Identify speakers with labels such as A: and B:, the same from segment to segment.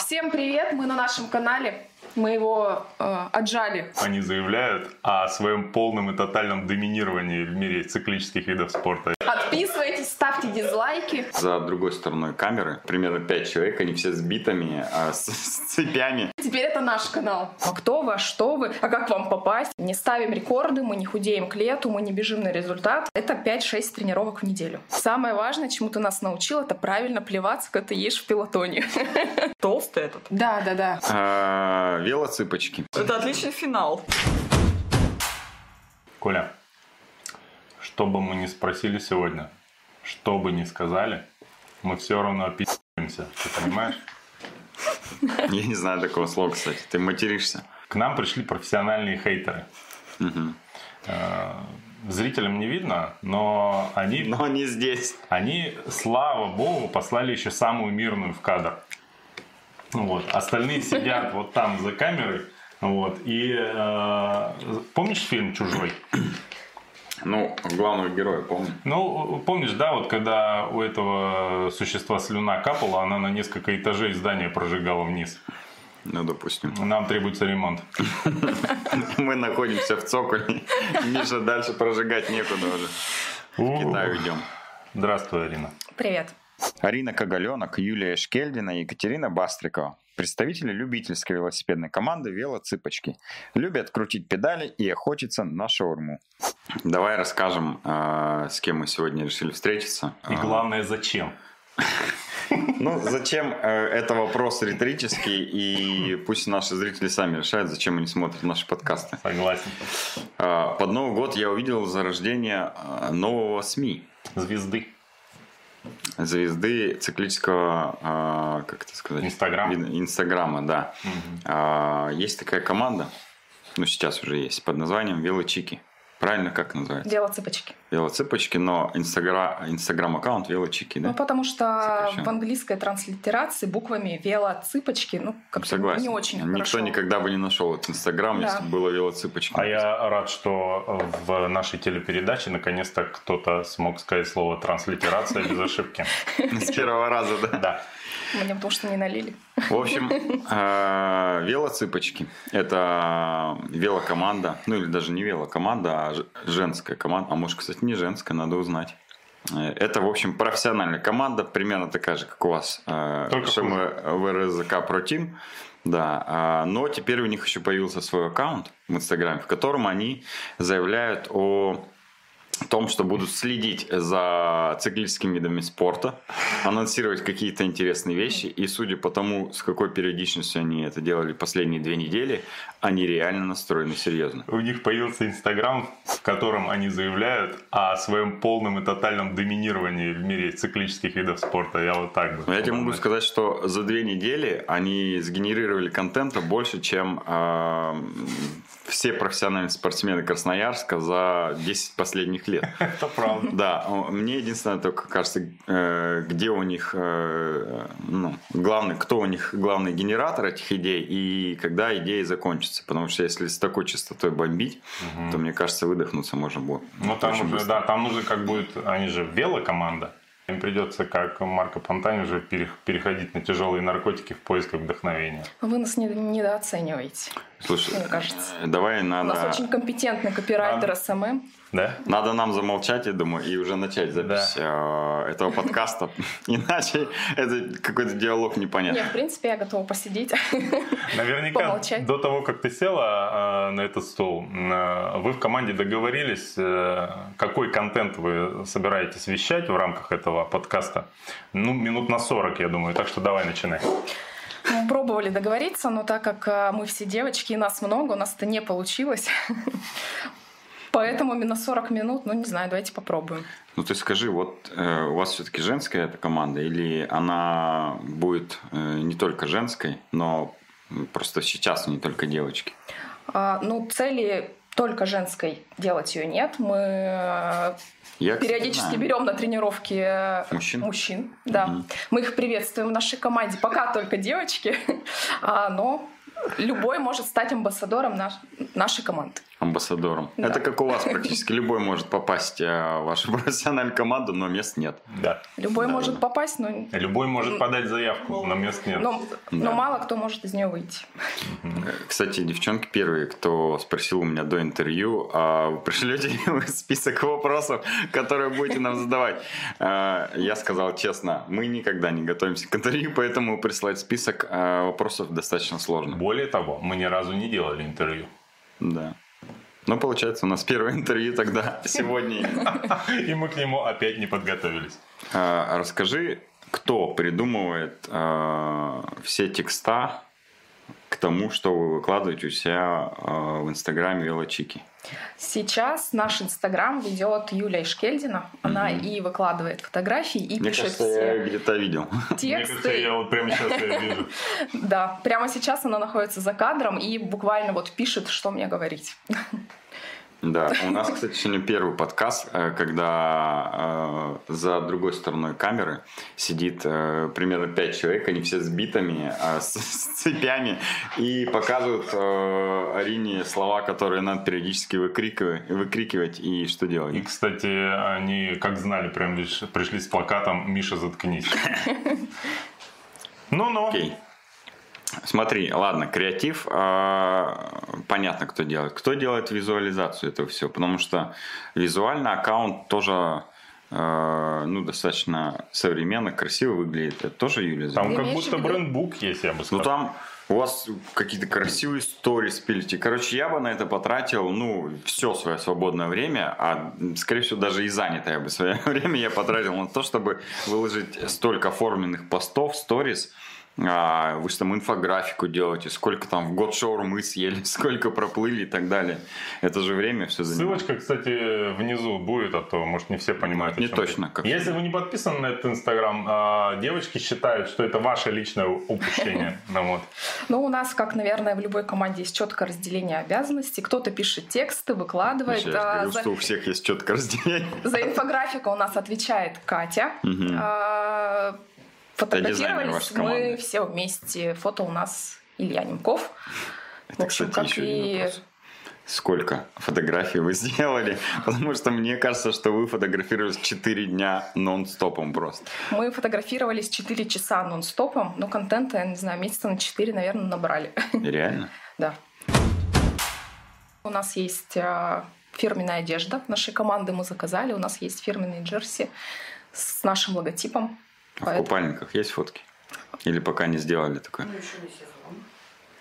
A: Всем привет! Мы на нашем канале. Мы его э, отжали.
B: Они заявляют о своем полном и тотальном доминировании в мире циклических видов спорта.
A: Подписывайтесь, ставьте дизлайки.
C: За другой стороной камеры примерно 5 человек, они все с битами, а, с, с цепями.
A: Теперь это наш канал. А кто вы, а что вы, а как вам попасть? Не ставим рекорды, мы не худеем к лету, мы не бежим на результат. Это 5-6 тренировок в неделю. Самое важное, чему ты нас научил, это правильно плеваться, когда ты ешь в пилотоне.
D: толстый этот.
A: Да, да, да.
C: А, велоцыпочки.
D: Это отличный финал.
B: Коля, что бы мы ни спросили сегодня, что бы ни сказали, мы все равно описываемся, ты понимаешь?
C: Я не знаю такого слова, кстати. Ты материшься?
B: К нам пришли профессиональные хейтеры.
C: Мгм.
B: Э, Зрителям не видно, но они,
C: Но не здесь.
B: они, слава богу, послали еще самую мирную в кадр. Ну Вот. Остальные сидят вот там за камерой. Вот. И э, помнишь фильм «Чужой»?
C: Ну, главного героя помню.
B: Ну, помнишь, да, вот когда у этого существа слюна капала, она на несколько этажей здания прожигала вниз.
C: Ну, допустим.
B: Нам требуется ремонт.
C: Мы находимся в цоколе. Миша дальше прожигать некуда уже. В Китай идем.
B: Здравствуй, Арина.
A: Привет.
C: Арина Когаленок, Юлия Шкельдина и Екатерина Бастрикова. Представители любительской велосипедной команды «Велоцыпочки». Любят крутить педали и охотиться на шаурму. Давай расскажем, э, с кем мы сегодня решили встретиться.
B: И
C: Э,
B: главное, зачем?
C: Ну, зачем э, это вопрос риторический, и пусть наши зрители сами решают, зачем они смотрят наши подкасты.
B: Согласен.
C: Э, Под Новый год я увидел зарождение э, нового СМИ.
B: Звезды.
C: звезды циклического, а, как это сказать?
B: Инстаграм.
C: Ин- Инстаграма, да. А, Есть такая команда, ну сейчас уже есть, под названием Велочики. Правильно как называется?
A: Дело цыпочки.
C: Велоцыпочки, но инстагра- инстаграм-аккаунт Велочики,
A: Ну,
C: да?
A: потому что
C: Сокращенно.
A: в английской транслитерации буквами велоцыпочки, ну, как-то
C: Согласен.
A: не очень
C: Никто
A: хорошо.
C: никогда бы не нашел этот инстаграм,
A: Да.
C: если бы было Велоцыпочки.
B: А я рад, что в нашей телепередаче наконец-то кто-то смог сказать слово транслитерация без ошибки.
C: С первого раза, да?
B: Да.
A: Мне потому что не налили.
C: В общем, э, велоцыпочки – это велокоманда, ну или даже не велокоманда, а ж- женская команда, а может, кстати, не женская, надо узнать. Э, Это, в общем, профессиональная команда, примерно такая же, как у вас, э,
B: Только
C: ШМВРЗК Pro Team. Да, а, но теперь у них еще появился свой аккаунт в Инстаграме, в котором они заявляют о том, что будут следить за циклическими видами спорта, анонсировать какие-то интересные вещи. И судя по тому, с какой периодичностью они это делали последние две недели, они реально настроены серьезно.
B: У них появился Инстаграм, в котором они заявляют о своем полном и тотальном доминировании в мире циклических видов спорта. Я вот так бы.
C: Но Ну, я тебе могу сказать, что за две недели они сгенерировали контента больше, чем эм, все профессиональные спортсмены Красноярска за 10 последних лет.
B: Это правда.
C: Да, о, мне единственное только кажется, э, где у них э, ну, главный, кто у них главный генератор этих идей и когда идеи закончатся. Потому что если с такой частотой бомбить, то мне кажется, выдохнуться можно будет.
B: Ну там
C: Очень
B: уже,
C: быстро.
B: да, там нужно как будет, они же велокоманда. Им придется, как Марко Пантани, уже пере- переходить на тяжелые наркотики в поисках вдохновения.
A: Вы нас не- недооцениваете.
C: Слушай,
A: мне кажется.
C: э, давай
A: У нас
C: надо.
A: очень компетентный копирайтер эм
B: Да.
A: СММ.
B: Да?
C: Надо нам замолчать, я думаю, и уже начать запись э, этого подкаста. Иначе это какой-то диалог непонятный.
A: Не, в принципе, я готова посидеть.
B: Наверняка
A: Помолчать.
B: до того, как ты села э, на этот стол, э, вы в команде договорились, э, какой контент вы собираетесь вещать в рамках этого подкаста. Ну, минут на 40, я думаю. Так что давай начинай.
A: Мы пробовали договориться, но так как а, мы все девочки и нас много, у нас это не получилось. Поэтому именно 40 минут, ну не знаю, давайте попробуем.
C: Ну ты скажи, вот э, у вас все-таки женская эта команда, или она будет э, не только женской, но м, просто сейчас не только девочки?
A: А, ну, цели только женской делать ее нет. Мы э,
C: Я, кстати,
A: периодически
C: знаю.
A: берем на тренировки э,
C: Мужчин?
A: мужчин. Да.
C: Мгм.
A: Мы их приветствуем в нашей команде. Пока только девочки, А, но любой может стать амбассадором наш- нашей команды.
C: амбассадором.
A: Да.
C: Это как у вас практически любой может попасть э, в вашу профессиональную команду, но мест нет.
B: Да.
A: Любой
C: Да,
A: может
C: да.
A: попасть, но,
B: Любой может подать заявку, но мест нет.
A: но,
C: Да.
A: но мало кто может из нее выйти.
C: Э, Кстати, девчонки первые, кто спросил у меня до интервью, а вы пришлете ли вы список вопросов, которые будете нам задавать? Э, Я сказал честно, мы никогда не готовимся к интервью, поэтому прислать список э, вопросов достаточно сложно.
B: Более того, мы ни разу не делали интервью.
C: Да. Ну, получается, у нас первое интервью тогда сегодня.
B: И мы к нему опять не подготовились.
C: А, Расскажи, кто придумывает а, все текста к тому, что вы выкладываете у себя а, в Инстаграме Велочики?
A: Сейчас наш инстаграм ведет Юлия Шкельдина. Она и выкладывает фотографии, и
C: Мне
A: пишет
C: кажется, я
A: все
C: где-то видел.
B: Мне кажется,
A: тексты.
B: я вот прямо сейчас ее вижу.
A: Да, прямо сейчас она находится за кадром и буквально вот пишет, что мне говорить.
C: Да, у нас, кстати, сегодня первый подкаст, э, когда э, за другой стороной камеры сидит э, примерно пять человек, они все с битами, э, с, с цепями, и показывают э, Арине слова, которые надо периодически выкрикивать, выкрикивать и что
B: И,
C: делать.
B: кстати, они, как знали, прям лишь пришли с плакатом «Миша, заткнись». Ну-ну.
C: Окей. Смотри, ладно, креатив, э, понятно, кто делает. Кто делает визуализацию этого всего? Потому что визуально аккаунт тоже, э, ну, достаточно современно, красиво выглядит. Это тоже Юля
B: Там
A: Ты
C: сделала?
B: как
A: имеешь
B: будто
A: в виду?
B: брендбук есть, я бы
C: Ну,
B: сказал.
C: там у вас какие-то красивые сторис пилите. Короче, я бы на это потратил, ну, все свое свободное время, а, м, скорее всего, даже и занятое бы свое время я потратил на то, чтобы выложить столько оформленных постов, сторис, А, вы же там инфографику делаете, сколько там в год шаурмы съели, сколько проплыли и так далее. Это же время все занимает.
B: Ссылочка, кстати, внизу будет, а то, может, не все понимают. о
C: Не
B: чем
C: точно,
B: речь.
C: как-
B: Если вы не подписаны на этот Инстаграм, а, девочки считают, что это ваше личное упущение. Ну вот.
A: Ну, у нас, как, наверное, в любой команде есть четкое разделение обязанностей. Кто-то пишет тексты, выкладывает.
C: Я же
A: а
C: говорил,
A: за,
C: что у всех есть четкое разделение.
A: за инфографику у нас отвечает Катя.
C: Мгм.
A: А,
C: дизайнер
A: Фотографировались
C: вашей команды.
A: мы все вместе. Фото у нас Илья Немков. В
C: Это,
A: общем,
C: кстати,
A: как
C: еще
A: и-
C: один вопрос. Сколько фотографий вы сделали? Потому что мне кажется, что вы фотографировались 4 дня нон-стопом просто.
A: Мы фотографировались 4 часа нон-стопом, но контента, я не знаю, месяца на 4, наверное, набрали.
C: Реально?
A: Да. У нас есть а, фирменная одежда. Нашей команды мы заказали. У нас есть фирменные джерси с нашим логотипом.
C: А в
A: Поэтому-
C: купальниках есть фотки? Или пока не сделали такое?
E: Ну, еще не сезон.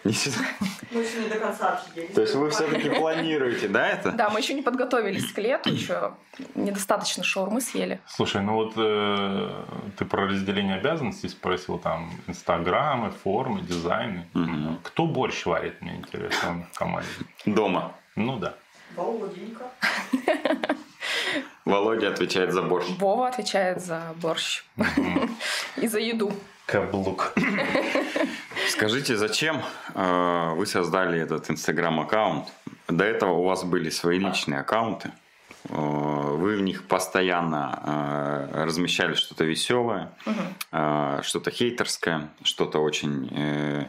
C: Не сезон.
E: Мы еще не до конца отъели.
C: То есть вы все-таки планируете, да, это?
A: Да, мы еще не подготовились к лету, еще недостаточно шаурмы съели.
B: Слушай, ну вот э, ты про разделение обязанностей спросил, там, инстаграмы, формы, дизайны.
C: Мгм.
B: Кто борщ варит, мне интересно, в команде?
C: Дома.
B: Ну да.
E: Володенька.
C: Володя отвечает за борщ.
A: Вова отвечает за борщ и за еду.
B: Каблук.
C: Скажите, зачем э, вы создали этот инстаграм-аккаунт? До этого у вас были свои личные аккаунты. Э, Вы в них постоянно э, размещали что-то веселое, э, что-то хейтерское, что-то очень, э,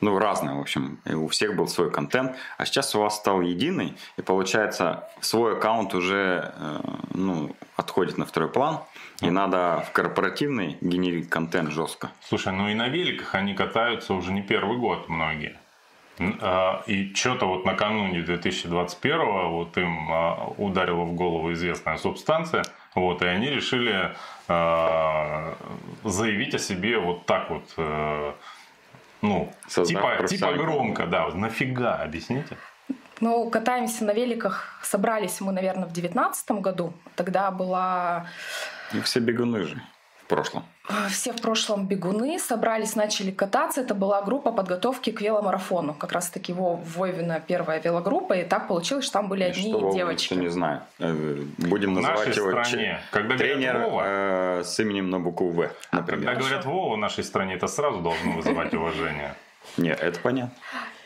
C: ну, разное, в общем. И у всех был свой контент. А сейчас у вас стал единый, и получается, свой аккаунт уже, э, ну, отходит на второй план. И надо в корпоративный генерить контент жестко.
B: Слушай, ну и на великах они катаются уже не первый год многие. Н- а, И что-то вот накануне 2021 вот им а, ударила в голову известная субстанция, вот, и они решили а, заявить о себе вот так вот, э, ну,
C: Создав
B: типа, типа
C: профессиональный
B: громко, да, вот нафига, объясните?
A: Ну, катаемся на великах. Собрались мы, наверное, в девятнадцатом году. Тогда была...
C: И все бегуны же в прошлом.
A: э, Все в прошлом бегуны собрались, начали кататься. Это была группа подготовки к веломарафону. Как раз-таки его Вовина первая велогруппа. И так получилось, что там были
C: И
A: одни
C: что Вова,
A: девочки.
C: кто не знаю. Будем
B: В нашей
C: называть его
B: стране, когда
C: че- тренер
B: говорят Вова,
C: э, с именем на букву В,
B: А когда
C: например.
B: говорят Вова в нашей стране, это сразу должно вызывать уважение.
C: Не, это понятно.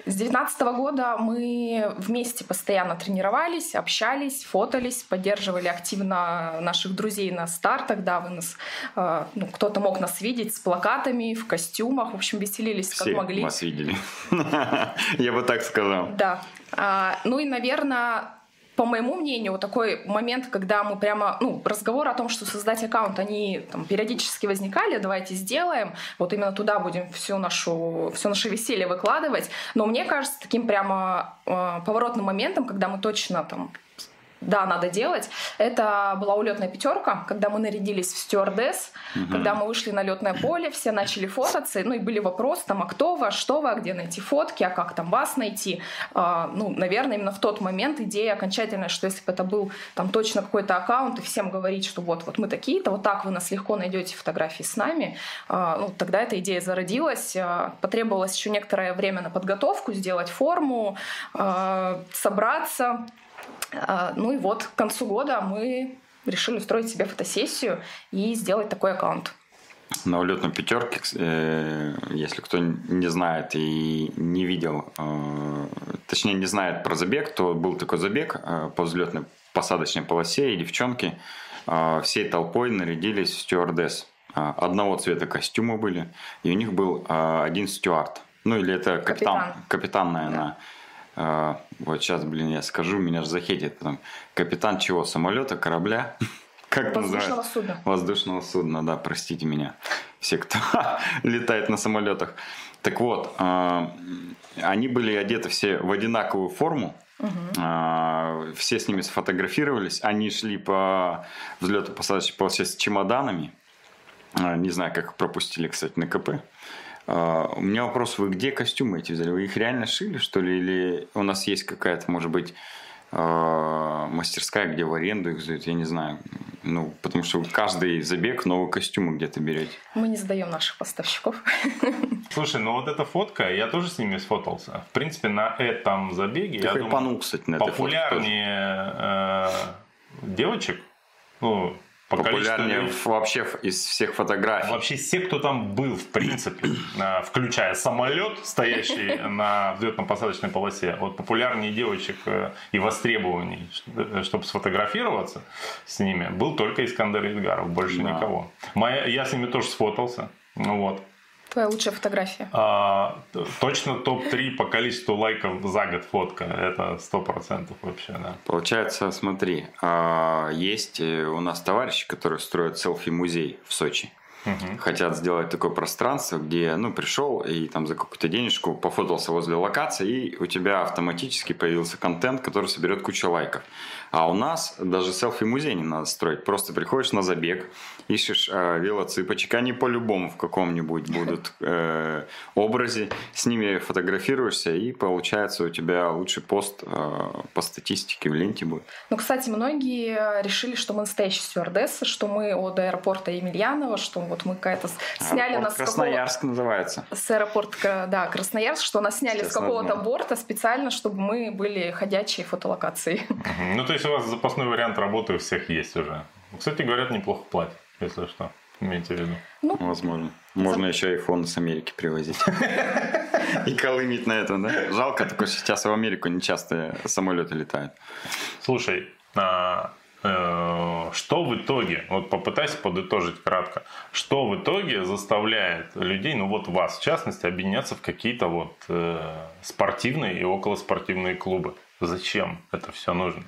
A: С 2019 года мы вместе постоянно тренировались, общались, фотались, поддерживали активно наших друзей на стартах, да, вы нас, э, ну, кто-то мог нас видеть с плакатами, в костюмах, в общем, веселились
C: Все
A: как могли.
C: вас видели. Я бы так сказал.
A: Да. А, ну и, наверное, по моему мнению, вот такой момент, когда мы прямо, ну, разговор о том, что создать аккаунт, они там периодически возникали, давайте сделаем, вот именно туда будем всю нашу, все наше веселье выкладывать. Но мне кажется, таким прямо э, поворотным моментом, когда мы точно там да, надо делать. Это была улетная пятерка, когда мы нарядились в стюардесс, когда мы вышли на летное поле, все начали фототься, ну и были вопросы там, а кто вы, а что вы, а где найти фотки, а как там вас найти. А, ну, наверное, именно в тот момент идея окончательная, что если бы это был там точно какой-то аккаунт и всем говорить, что вот, вот мы такие-то, вот так вы нас легко найдете фотографии с нами, а, ну, тогда эта идея зародилась. А, Потребовалось еще некоторое время на подготовку, сделать форму, а, собраться, а, Ну и вот к концу года мы решили устроить себе фотосессию и сделать такой аккаунт.
C: На улетном пятерке, кс- э, если кто не знает и не видел, э, точнее не знает про забег, то был такой забег э, по взлетной посадочной полосе, и девчонки э, всей толпой нарядились в стюардесс. Э, Одного цвета костюмы были, и у них был э, один стюард. Ну или это капитан,
A: Капитан.
C: капитан, наверное. Э, вот сейчас, блин, я скажу, меня же захейтит. потом. Капитан чего? Самолета, корабля? Как это называется?
A: Воздушного судна.
C: воздушного судна, да, простите меня, все, кто летает на самолетах. Так вот, э, они были одеты все в одинаковую форму, э, все с ними сфотографировались, они шли по взлету посадочной полосе с чемоданами, Э, не знаю, как их пропустили, кстати, на КП. Э, У меня вопрос, вы где костюмы эти взяли? Вы их реально шили, что ли? Или у нас есть какая-то, может быть, э, мастерская, где в аренду их сдают? Я не знаю. Ну, потому что каждый забег новые костюмы где-то берете.
A: Мы не сдаем наших поставщиков.
B: Слушай, ну вот эта фотка, я тоже с ними сфотался. В принципе, на этом забеге, я
C: Я
B: думаю,
C: хайпанул, кстати, на этой фотке тоже.
B: популярнее э, девочек, ну, по
C: Популярнее
B: количеству... А
C: в- вообще в- из всех фотографий.
B: Вообще все, кто там был, в принципе, э, включая самолет, стоящий на взлетно-посадочной полосе, вот популярнее девочек э, и востребований, э, чтобы сфотографироваться с ними, был только Искандер Идгаров, больше
C: Да.
B: никого. Моя, я с ними тоже сфотался, ну вот.
A: Твоя лучшая фотография.
B: А, т- точно топ-3 по количеству лайков за год фотка, это 100% вообще, да.
C: Получается, смотри, а, есть э, у нас товарищи, которые строят селфи-музей в Сочи.
B: Мгм.
C: хотят сделать такое пространство, где, ну, пришел и там за какую-то денежку пофотался возле локации, и у тебя автоматически появился контент, который соберет кучу лайков. А у нас даже селфи-музей не надо строить. Просто приходишь на забег, ищешь э, велоцыпочек, они по-любому в каком-нибудь будут э, образе, с ними фотографируешься, и получается у тебя лучший пост э, по статистике в ленте будет.
A: Ну, кстати, многие решили, что мы настоящие стюардессы, что мы от аэропорта Емельянова, что вот мы какая-то с- сняли
C: Аэропорт
A: нас с какого-
C: А, Красноярск называется.
A: с аэропорта да, Красноярск, что нас сняли с
C: Сейчас
A: какого-то
C: название.
A: борта специально, чтобы мы были ходячие фотолокации.
B: Мгм. Ну, то есть у вас запасной вариант работы у всех есть уже. Кстати, говорят, неплохо платят, если что, имейте в виду.
A: Ну,
C: Возможно. Можно еще айфон с Америки привозить. И колымить на этом, да? Жалко, только сейчас в Америку не часто самолеты летают.
B: Слушай, а, э, что в итоге, вот попытайся подытожить кратко, что в итоге заставляет людей, ну вот вас в частности, объединяться в какие-то вот э, спортивные и околоспортивные клубы? Зачем это все нужно?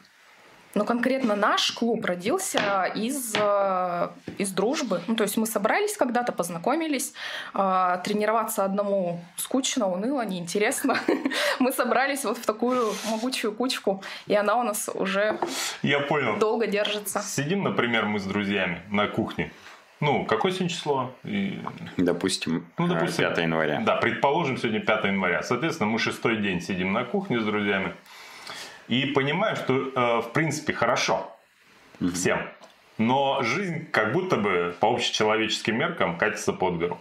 A: Но конкретно наш клуб родился из, э, из дружбы. Ну, то есть мы собрались когда-то, познакомились. А, Тренироваться одному скучно, уныло, неинтересно. Мы собрались вот в такую могучую кучку, и она у нас уже
B: Я понял.
A: долго держится.
B: Сидим, например, мы с друзьями на кухне. Ну, какое сегодня число? И-
C: Допустим,
B: Ну,
C: э,
B: допустим.
C: 5 января.
B: Да, предположим, сегодня 5 января. Соответственно, мы шестой день сидим на кухне с друзьями и понимаем, что, э, в принципе, хорошо всем. Но жизнь как будто бы по общечеловеческим меркам катится под гору.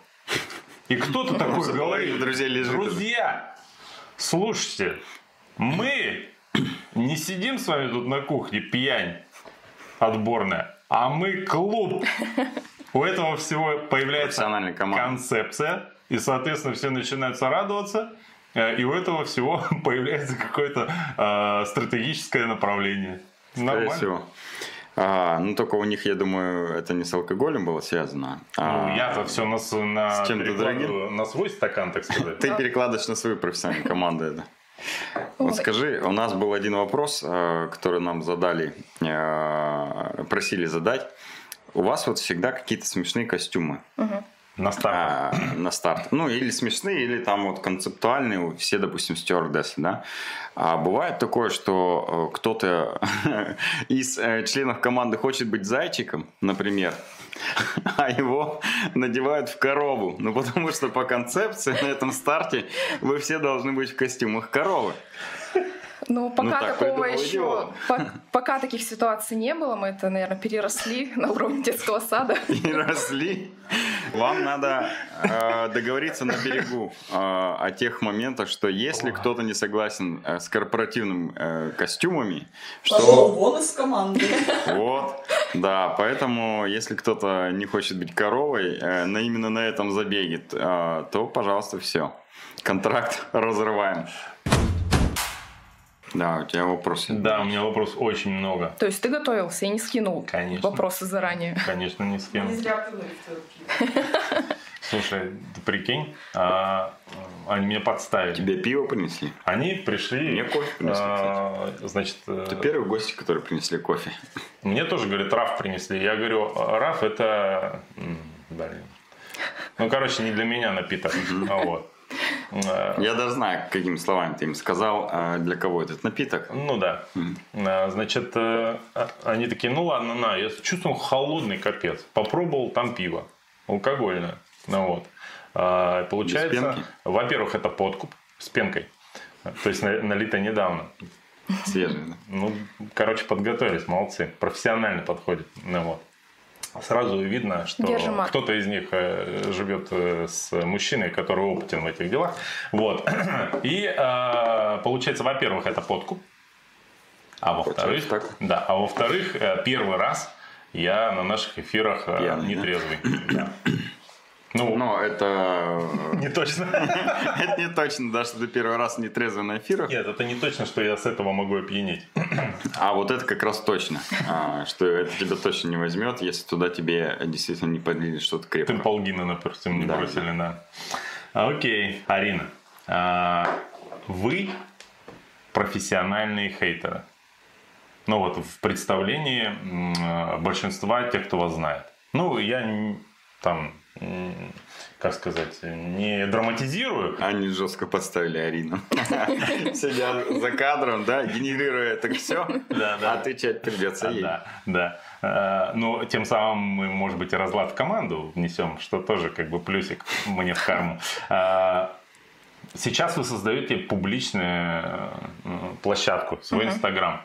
B: И кто-то такой говорит,
C: половина друзей лежит уже.
B: друзья, слушайте, мы не сидим с вами тут на кухне пьянь отборная, а мы клуб. У этого всего появляется
C: Профессиональная команда.
B: концепция, и, соответственно, все начинают радоваться, э, и у этого всего появляется какое-то э, стратегическое направление.
C: Скорее
B: Нормально.
C: всего. А, ну, только у них, я думаю, это не с алкоголем было связано. а
B: Ну, я-то все на, с- на,
C: С чем-то
B: перекладываю
C: другим?
B: на свой стакан, так сказать.
C: Ты перекладываешь на свою профессиональную команду это. Вот
A: Ой.
C: скажи, у нас был один вопрос, э, который нам задали, э, просили задать. У вас вот всегда какие-то смешные костюмы
A: Мгм.
B: На старт.
C: а, на старт. Ну, или смешные, или там вот концептуальные, у- все, допустим, стюардессы, да. А бывает такое, что э, кто-то из э, членов команды хочет быть зайчиком, например, а его надевают в корову. Ну, потому что по концепции на этом старте вы все должны быть в костюмах коровы.
A: Ну, пока
C: так,
A: такого
C: придумал
A: еще...
C: идиом.
A: по- пока таких ситуаций не было, мы это, наверное, переросли на уровне детского сада.
C: и росли. Вам надо э, договориться на берегу э, о тех моментах, что если кто-то не согласен э, с корпоративными костюмами,
E: Пошел
C: что
E: вон из команды.
C: вот, да, поэтому если кто-то не хочет быть коровой, э, на именно на этом забеге, т- э, то, пожалуйста, все, контракт разрываем. Да, у тебя вопросы.
B: Да, у меня вопрос очень много.
A: То есть ты готовился и не скинул
B: Конечно.
A: вопросы заранее.
B: Конечно, ни с кем.
E: Не зря плюнули в твою пиво.
B: Слушай, ты прикинь, а, э, они меня подставили.
C: Тебе пиво принесли?
B: Они пришли.
C: Мне кофе принесли,
B: а, Значит, э,
C: Ты первый гость, который принесли кофе.
B: мне тоже, говорит, раф принесли. Я говорю, раф это... м, блин. Ну, короче, не для меня напиток. А Вот. Э,
C: Я даже знаю, какими словами ты им сказал, а, для кого этот напиток.
B: Ну да. А, Значит, э, а- они такие, ну ладно, на, я с чувством холодный капец. Попробовал там пиво, алкогольное. Ну вот. А,
C: Без
B: Получается,
C: пенки?
B: во-первых, это подкуп с пенкой. То есть на- налито недавно.
C: Свежий. да?
B: Ну, короче, подготовились, молодцы. Профессионально подходит. Ну вот. Сразу видно, что
A: Держим марку.
B: кто-то из них э, живет э, с мужчиной, который опытен в этих делах. Вот. И э, получается, во-первых, это подкуп. А во-вторых,
C: Получается так.
B: да, а во-вторых, э, первый раз я на наших эфирах э,
C: Пьяный, да?
B: нетрезвый. Да. Ну,
C: Но это... э,
B: не точно.
C: Это не точно, да, что ты первый раз не трезвый на эфирах.
B: Нет, это не точно, что я с этого могу опьянеть.
C: А вот это как раз точно, а, что это тебя точно не возьмет, если туда тебе действительно не подлили что-то крепкое.
B: Темполгина, допустим, не
C: Да,
B: бросили, да. Окей, Арина, а, вы профессиональные хейтеры. Ну вот в представлении м, э, большинства тех, кто вас знает. Ну, я н- там, м, как сказать, не драматизирую.
C: Они жестко подставили Арину. Сидя за кадром, да, генерируя это все,
B: Да, да.
C: а отвечать придется ей.
B: Да, да. Э, Но тем самым мы, может быть, и разлад в команду внесем, что тоже как бы плюсик мне в карму. Э, Сейчас вы создаете публичную э, м, площадку, свой Инстаграм.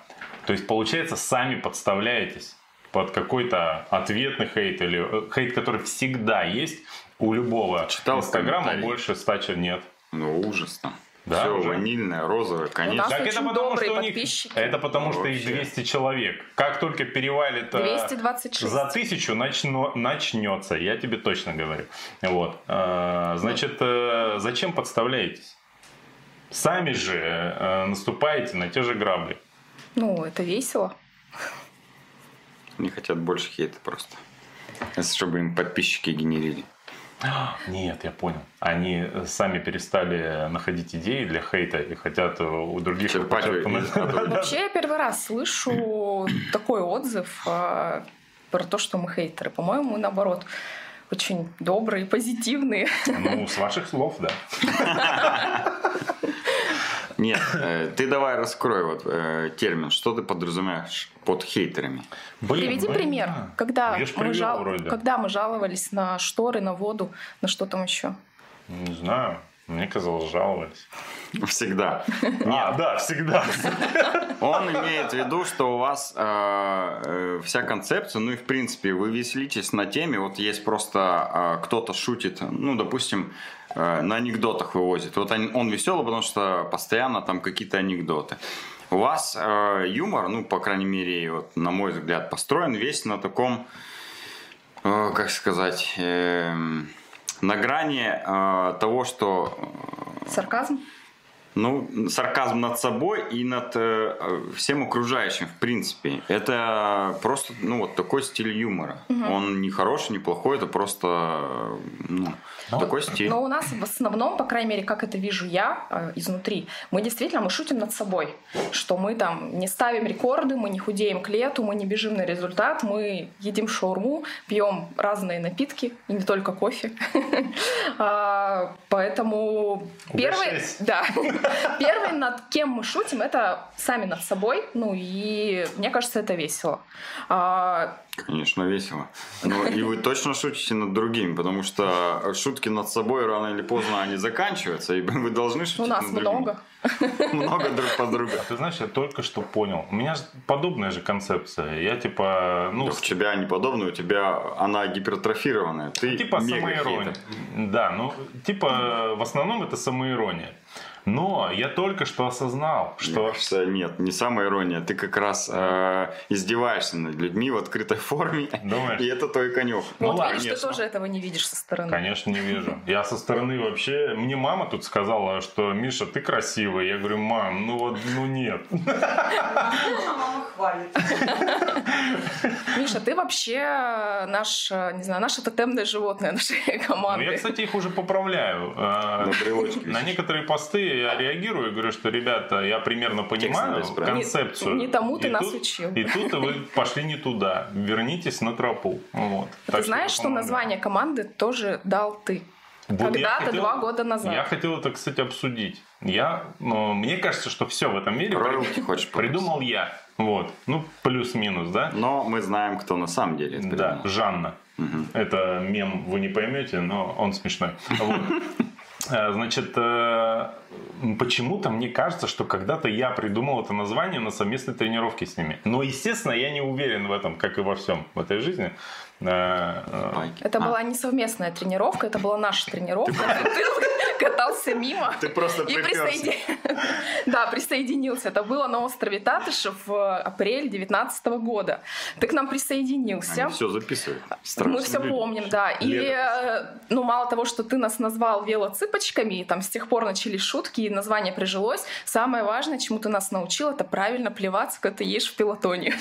B: То есть, получается, сами подставляетесь под какой-то ответный хейт или э, хейт, который всегда есть у любого
C: Читал
B: Инстаграма
C: комментарии?
B: больше ста человек нет.
C: Ну, ужас там.
B: Да,
C: Все
B: уже?
C: ванильное, розовое, конечно.
A: нас
B: Так это
A: А очень
B: потому,
A: добрые
B: что у них,
A: подписчики.
B: это потому, что их
C: Вообще.
B: 200 человек. Как только перевалит э,
A: 226.
B: за тысячу начну- начнется, я тебе точно говорю. Вот. Э, Значит, э, зачем подставляетесь? Сами же э, наступаете на те же грабли.
A: Ну, это весело.
C: Не хотят больше хейта просто. Если Чтобы им подписчики генерили.
B: Нет, я понял. Они э, сами перестали находить идеи для хейта и хотят э, у других...
C: Черпать
B: почерпнуть.
C: из этого.
A: Вообще, я первый раз слышу такой отзыв а, про то, что мы хейтеры. По-моему, мы, наоборот, очень добрые, позитивные.
B: Ну, с ваших слов, да.
C: Нет, э, ты давай раскрой вот э, термин, что ты подразумеваешь под хейтерами.
B: Блин,
A: Приведи
B: ну,
A: пример.
B: да.
A: Когда,
B: Я ж
A: мы
B: привел
A: жал-
B: вроде.
A: когда мы жаловались на шторы, на воду, на что там еще?
B: Не знаю. Мне казалось, жаловались.
C: Всегда.
B: А, да, всегда.
C: Он имеет в виду, что у вас э, э, вся концепция, ну и в принципе вы веселитесь на теме, вот есть просто э, кто-то шутит, ну допустим, э, на анекдотах вывозит. Вот он, он веселый, потому что постоянно там какие-то анекдоты. У вас э, юмор, ну по крайней мере, вот на мой взгляд, построен весь на таком, э, как сказать, эм, на грани э, того, что
A: Сарказм?
C: Ну, сарказм над собой и над э, э, всем окружающим, в принципе. Это просто, ну, вот такой стиль юмора. Он не хороший, не плохой, это просто, э, ну,
B: Ну,
C: такой стиль.
A: Но у нас в основном, по крайней мере, как это вижу я э, изнутри, мы действительно мы шутим над собой, что мы там не ставим рекорды, мы не худеем к лету, мы не бежим на результат, мы едим шаурму, пьем разные напитки и не только кофе. А, Поэтому первый,
B: Угощайся.
A: да, первый над кем мы шутим, это сами над собой. Ну и мне кажется, это весело. А,
C: Конечно, весело. Но и вы точно шутите над другими, потому что э, шутки над собой рано или поздно они заканчиваются, и вы должны шутить
A: У нас
C: над другими.
A: много.
C: Много друг по другу.
B: А Ты знаешь, я только что понял. У меня же подобная же концепция. Я типа, ну,
C: Да у тебя не подобное, у тебя она гипертрофированная. Ты
B: типа
C: мега
B: самоирония.
C: хейтер.
B: Да, ну, типа, в основном это самоирония. Но я только что осознал,
C: Мне
B: что...
C: кажется, э, нет, не самая ирония. Ты как раз э, издеваешься над людьми в открытой форме.
B: Думаешь?
C: И это твой конек.
B: Ну
A: вот
B: ладно,
A: видишь, ты
B: конечно.
A: тоже этого не видишь со стороны.
B: Конечно, не вижу. Я со стороны вообще... Мне мама тут сказала, что «Миша, ты красивый». Я говорю, мам, ну вот, ну нет.
E: Мама хвалит.
A: Миша, ты вообще наш, э, не знаю, наше тотемное животное нашей
B: Ну,
A: команды.
B: я, кстати, их уже поправляю. Э,
C: На брелочке
B: На
C: висишь.
B: некоторые посты я реагирую и говорю, что, ребята, я примерно понимаю
C: надо исправить.
B: концепцию.
A: Не- не тому ты
B: И
A: нас
B: тут-
A: учил.
B: И тут вы пошли не туда. Вернитесь на тропу. Вот.
A: Ты
B: Так типа,
A: знаешь,
B: я
A: что
B: помогаю.
A: название команды тоже дал ты.
B: Вот я
A: Когда-то
B: хотел-
A: два года назад.
B: Я хотел это, кстати, обсудить. Я, ну, мне кажется, что все в этом мире
C: Роялти хочешь попасть.
B: придумал я. Вот. Ну, плюс-минус, да?
C: Но мы знаем, кто на самом деле это
B: Да,
C: придумал.
B: Жанна. Это мем вы не поймете, но он смешной. Вот. Э, Значит, э, почему-то мне кажется, что когда-то я придумал это название на совместной тренировке с ними. Но, естественно, я не уверен в этом, как и во всем в этой жизни. Э, э,
C: Байки.
A: Это
C: А,
A: была не совместная тренировка, это была наша тренировка. Ты катался мимо.
C: Ты просто
A: И
C: припёрся.
A: присоедин- Да, присоединился. Это было на острове Татышев в апреле 2019 года. Ты к нам присоединился.
C: Они все записывают. Страшные
A: А, мы все
C: люди.
A: помним, да. И, э, ну, мало того, что ты нас назвал велоцыпочками, и там с тех пор начались шутки, и название прижилось, самое важное, чему ты нас научил, это правильно плеваться, когда ты едешь в пилотоне.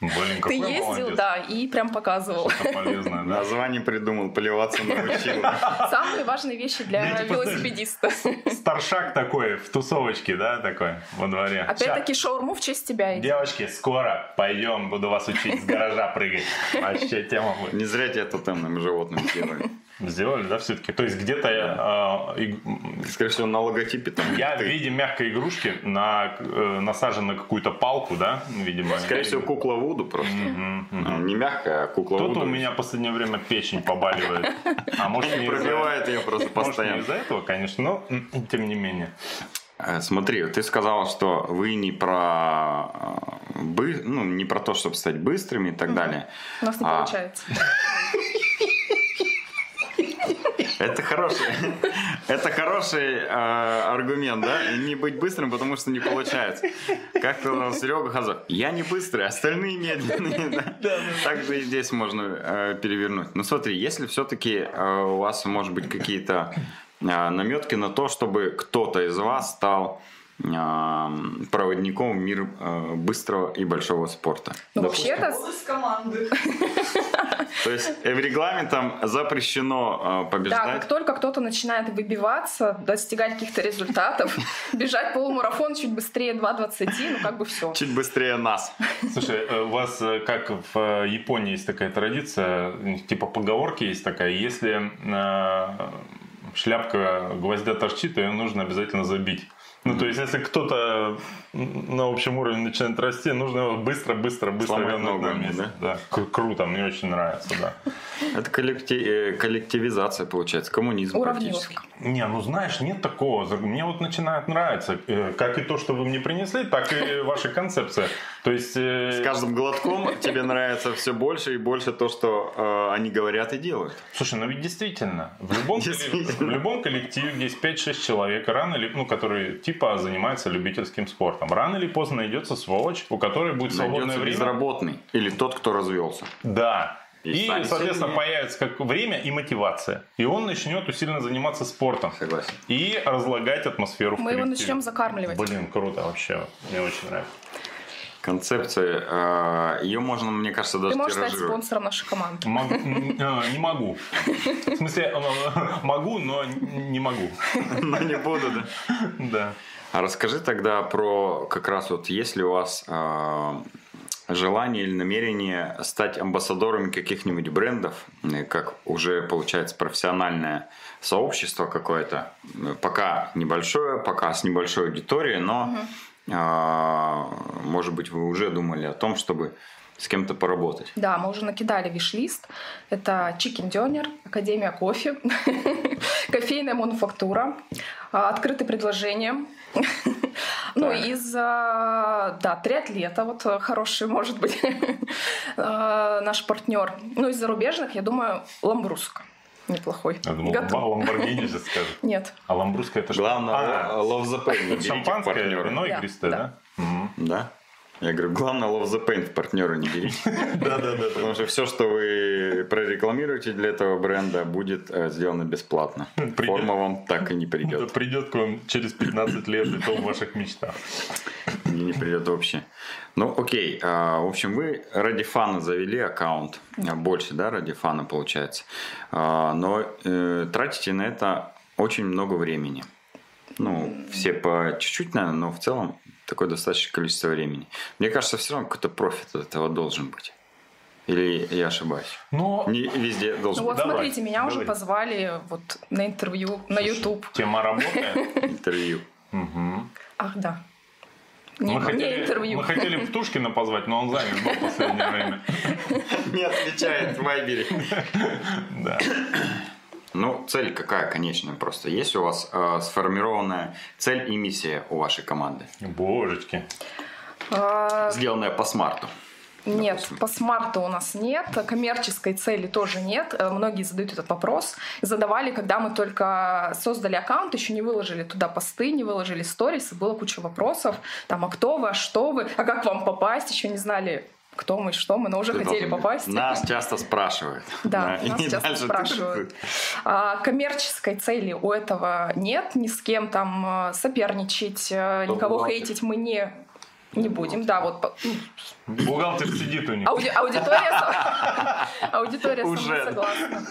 B: Блин,
A: Ты
B: какой
A: ездил,
B: молодец.
A: да, и прям показывал.
B: Это полезно, да.
C: Название придумал, плеваться научил.
A: Самые важные вещи
B: Я
A: для
B: тебе подожди.
A: велосипедиста.
B: Старшак такой в тусовочке, да, такой во дворе.
A: Опять-таки шаурму в честь тебя.
B: Ща,
A: идет.
B: Девочки, скоро пойдем, буду вас учить с гаража прыгать. Вообще тема будет.
C: Не зря тебя тотемным животным делали.
B: Сделали, да, все-таки? То есть где-то я, э, иг- м,
C: Скорее всего, на логотипе там.
B: я в
C: ты.
B: виде мягкой игрушки на, э, насажен на какую-то палку, да, видимо.
C: Скорее всего, кукла Вуду просто.
B: Мгм, мгм.
C: Ну, Не мягкая, а кукла
B: Кто-то
C: Вуду.
B: у меня в последнее время печень побаливает. А может, не из-за-
C: Пробивает ее просто
B: может, не
C: постоянно.
B: из-за этого, конечно, но м, тем не менее.
C: Э, Смотри, вот ты сказала, что вы не про э, бы, ну не про то, чтобы стать быстрыми и так далее.
A: У нас не
C: А.
A: получается.
C: Это хороший, это хороший э, аргумент, да? И Не быть быстрым, потому что не получается. Как-то у нас Серега Хазов. Я не быстрый, остальные медленные. да? Так же и здесь можно э, перевернуть. Ну смотри, если все-таки у вас может быть какие-то а, наметки на то, чтобы кто-то из вас стал эм, проводником в мир э, быстрого и большого спорта.
A: Ну,
C: Допустим,
A: вообще-то,
E: Он из команды.
C: То есть э, в регламентом запрещено э,
A: да, как
C: побеждать.
A: только кто-то начинает выбиваться, достигать каких-то результатов, бежать полумарафон чуть быстрее 2.20, ну как бы все.
C: Чуть быстрее нас.
B: Слушай, э, у вас э, как в э, Японии есть такая традиция, у них типа поговорки есть такая, если э, шляпка гвоздя торчит, то ее нужно обязательно забить. Ну, то есть, если кто-то м, на общем уровне начинает расти, нужно его быстро-быстро-быстро
C: Сломать
B: вернуть на
C: ногу,
B: место. Да? К- круто, мне очень нравится, да.
C: Это коллекти- э, коллективизация, получается, коммунизм
A: Уравниловка.
C: практически.
B: Не, ну знаешь, нет такого. Мне вот начинает нравиться, э, как и то, что вы мне принесли, так и ваша концепция. То есть... э,
C: С каждым глотком тебе нравится все больше и больше то, что э, они говорят и делают.
B: Слушай, ну ведь действительно, в любом, коллективе,
C: Действительно.
B: в любом коллективе есть 5-6 человек, рано или, ну, которые типа занимаются любительским спортом. Рано или поздно найдется сволочь, у которой будет свободное
C: Найдется
B: время.
C: безработный или тот, кто развелся.
B: Да. И,
C: Сами
B: соответственно,
C: сильнее.
B: появится как время и мотивация. И он начнет усиленно заниматься спортом
C: Согласен.
B: и разлагать атмосферу в
A: Мы его
B: коллективе.
A: начнем закармливать.
B: Блин, круто вообще. Мне очень нравится.
C: Концепция, э, ее можно, мне кажется, даже
A: Ты можешь стать
C: тиражировать.
A: спонсором нашей команды.
B: Мог- м, э, не могу. В смысле, э, могу, но не могу.
C: Но не буду, да.
B: Да.
C: А расскажи тогда про как раз вот есть ли у вас э, желание или намерение стать амбассадорами каких-нибудь брендов, э, как уже получается профессиональное сообщество какое-то, э, пока небольшое, пока с небольшой аудиторией, но э, может быть вы уже думали о том, чтобы с кем-то поработать.
A: Да, мы уже накидали виш-лист. Это Chicken Döner, Академия кофе, кофейная мануфактура, а, открытые предложения. Ну,
C: Так.
A: из, а, да, триатлета, вот а, хороший, может быть, а, наш партнер. Ну, из зарубежных, я думаю, Ламбруска неплохой.
B: Я думал,
A: Готов.
B: «Ба- Ламборгини сейчас скажет.
A: Нет,
B: А ламбруска это что?
C: Главное,
B: А,
C: love the pain, не берите
B: шампанское, ну.
C: партнёра.
B: вино
A: Да,
B: игристое, да? Мгм.
C: Да. Я говорю, главное love the pain в партнера не берите.
B: Да-да-да.
C: Потому что все, что вы прорекламируете для этого бренда, будет э, сделано бесплатно.
B: Придет.
C: Форма вам так и не придет.
B: Придет к вам через 15 лет, и то в ваших мечтах.
C: Или не придет вообще. Ну, окей. а, В общем, вы ради фана завели аккаунт. А, Больше, да, ради фана получается. А, Но э, тратите на это очень много времени. Ну, все по чуть-чуть, наверное, но в целом такое достаточное количество времени. Мне кажется, все равно какой-то профит от этого должен быть. Или я ошибаюсь?
B: Но
C: Не везде
A: Ну
C: должен
A: вот
C: быть
B: Давай,
A: смотрите, меня уже
B: говори.
A: позвали вот на интервью на YouTube.
B: тема работает.
C: интервью.
B: Мгм.
A: Ах, да. Не,
B: мы,
A: не
B: хотели,
A: интервью.
B: мы хотели Птушкина позвать, но он занят был в последнее время.
C: Не отвечает в Вайбере.
B: Да.
C: Ну, цель какая конечная просто? Есть у вас э, сформированная цель и миссия у вашей команды?
B: Божечки.
A: А,
C: Сделанная по смарту.
A: Нет,
C: Допустим.
A: по смарту у нас нет, коммерческой цели тоже нет. Э, Многие задают этот вопрос. Задавали, когда мы только создали аккаунт, еще не выложили туда посты, не выложили сторис, и было куча вопросов. Там, а кто вы, а что вы, а как вам попасть? Еще не знали, кто мы, что мы, но уже
C: Ты
A: хотели
C: должен-
A: попасть.
C: Нас часто спрашивают.
A: Да,
C: и
A: нас часто
C: дальше
A: спрашивают. А, коммерческой цели у этого нет, ни с кем там э, соперничать, э,
C: Ну,
A: никого
C: бывает.
A: хейтить мы не, не будем. Да, вот по- м,
B: Бухгалтер сидит у них.
A: Ауди- аудитория, со- аудитория со мной
C: Уже.
A: согласна.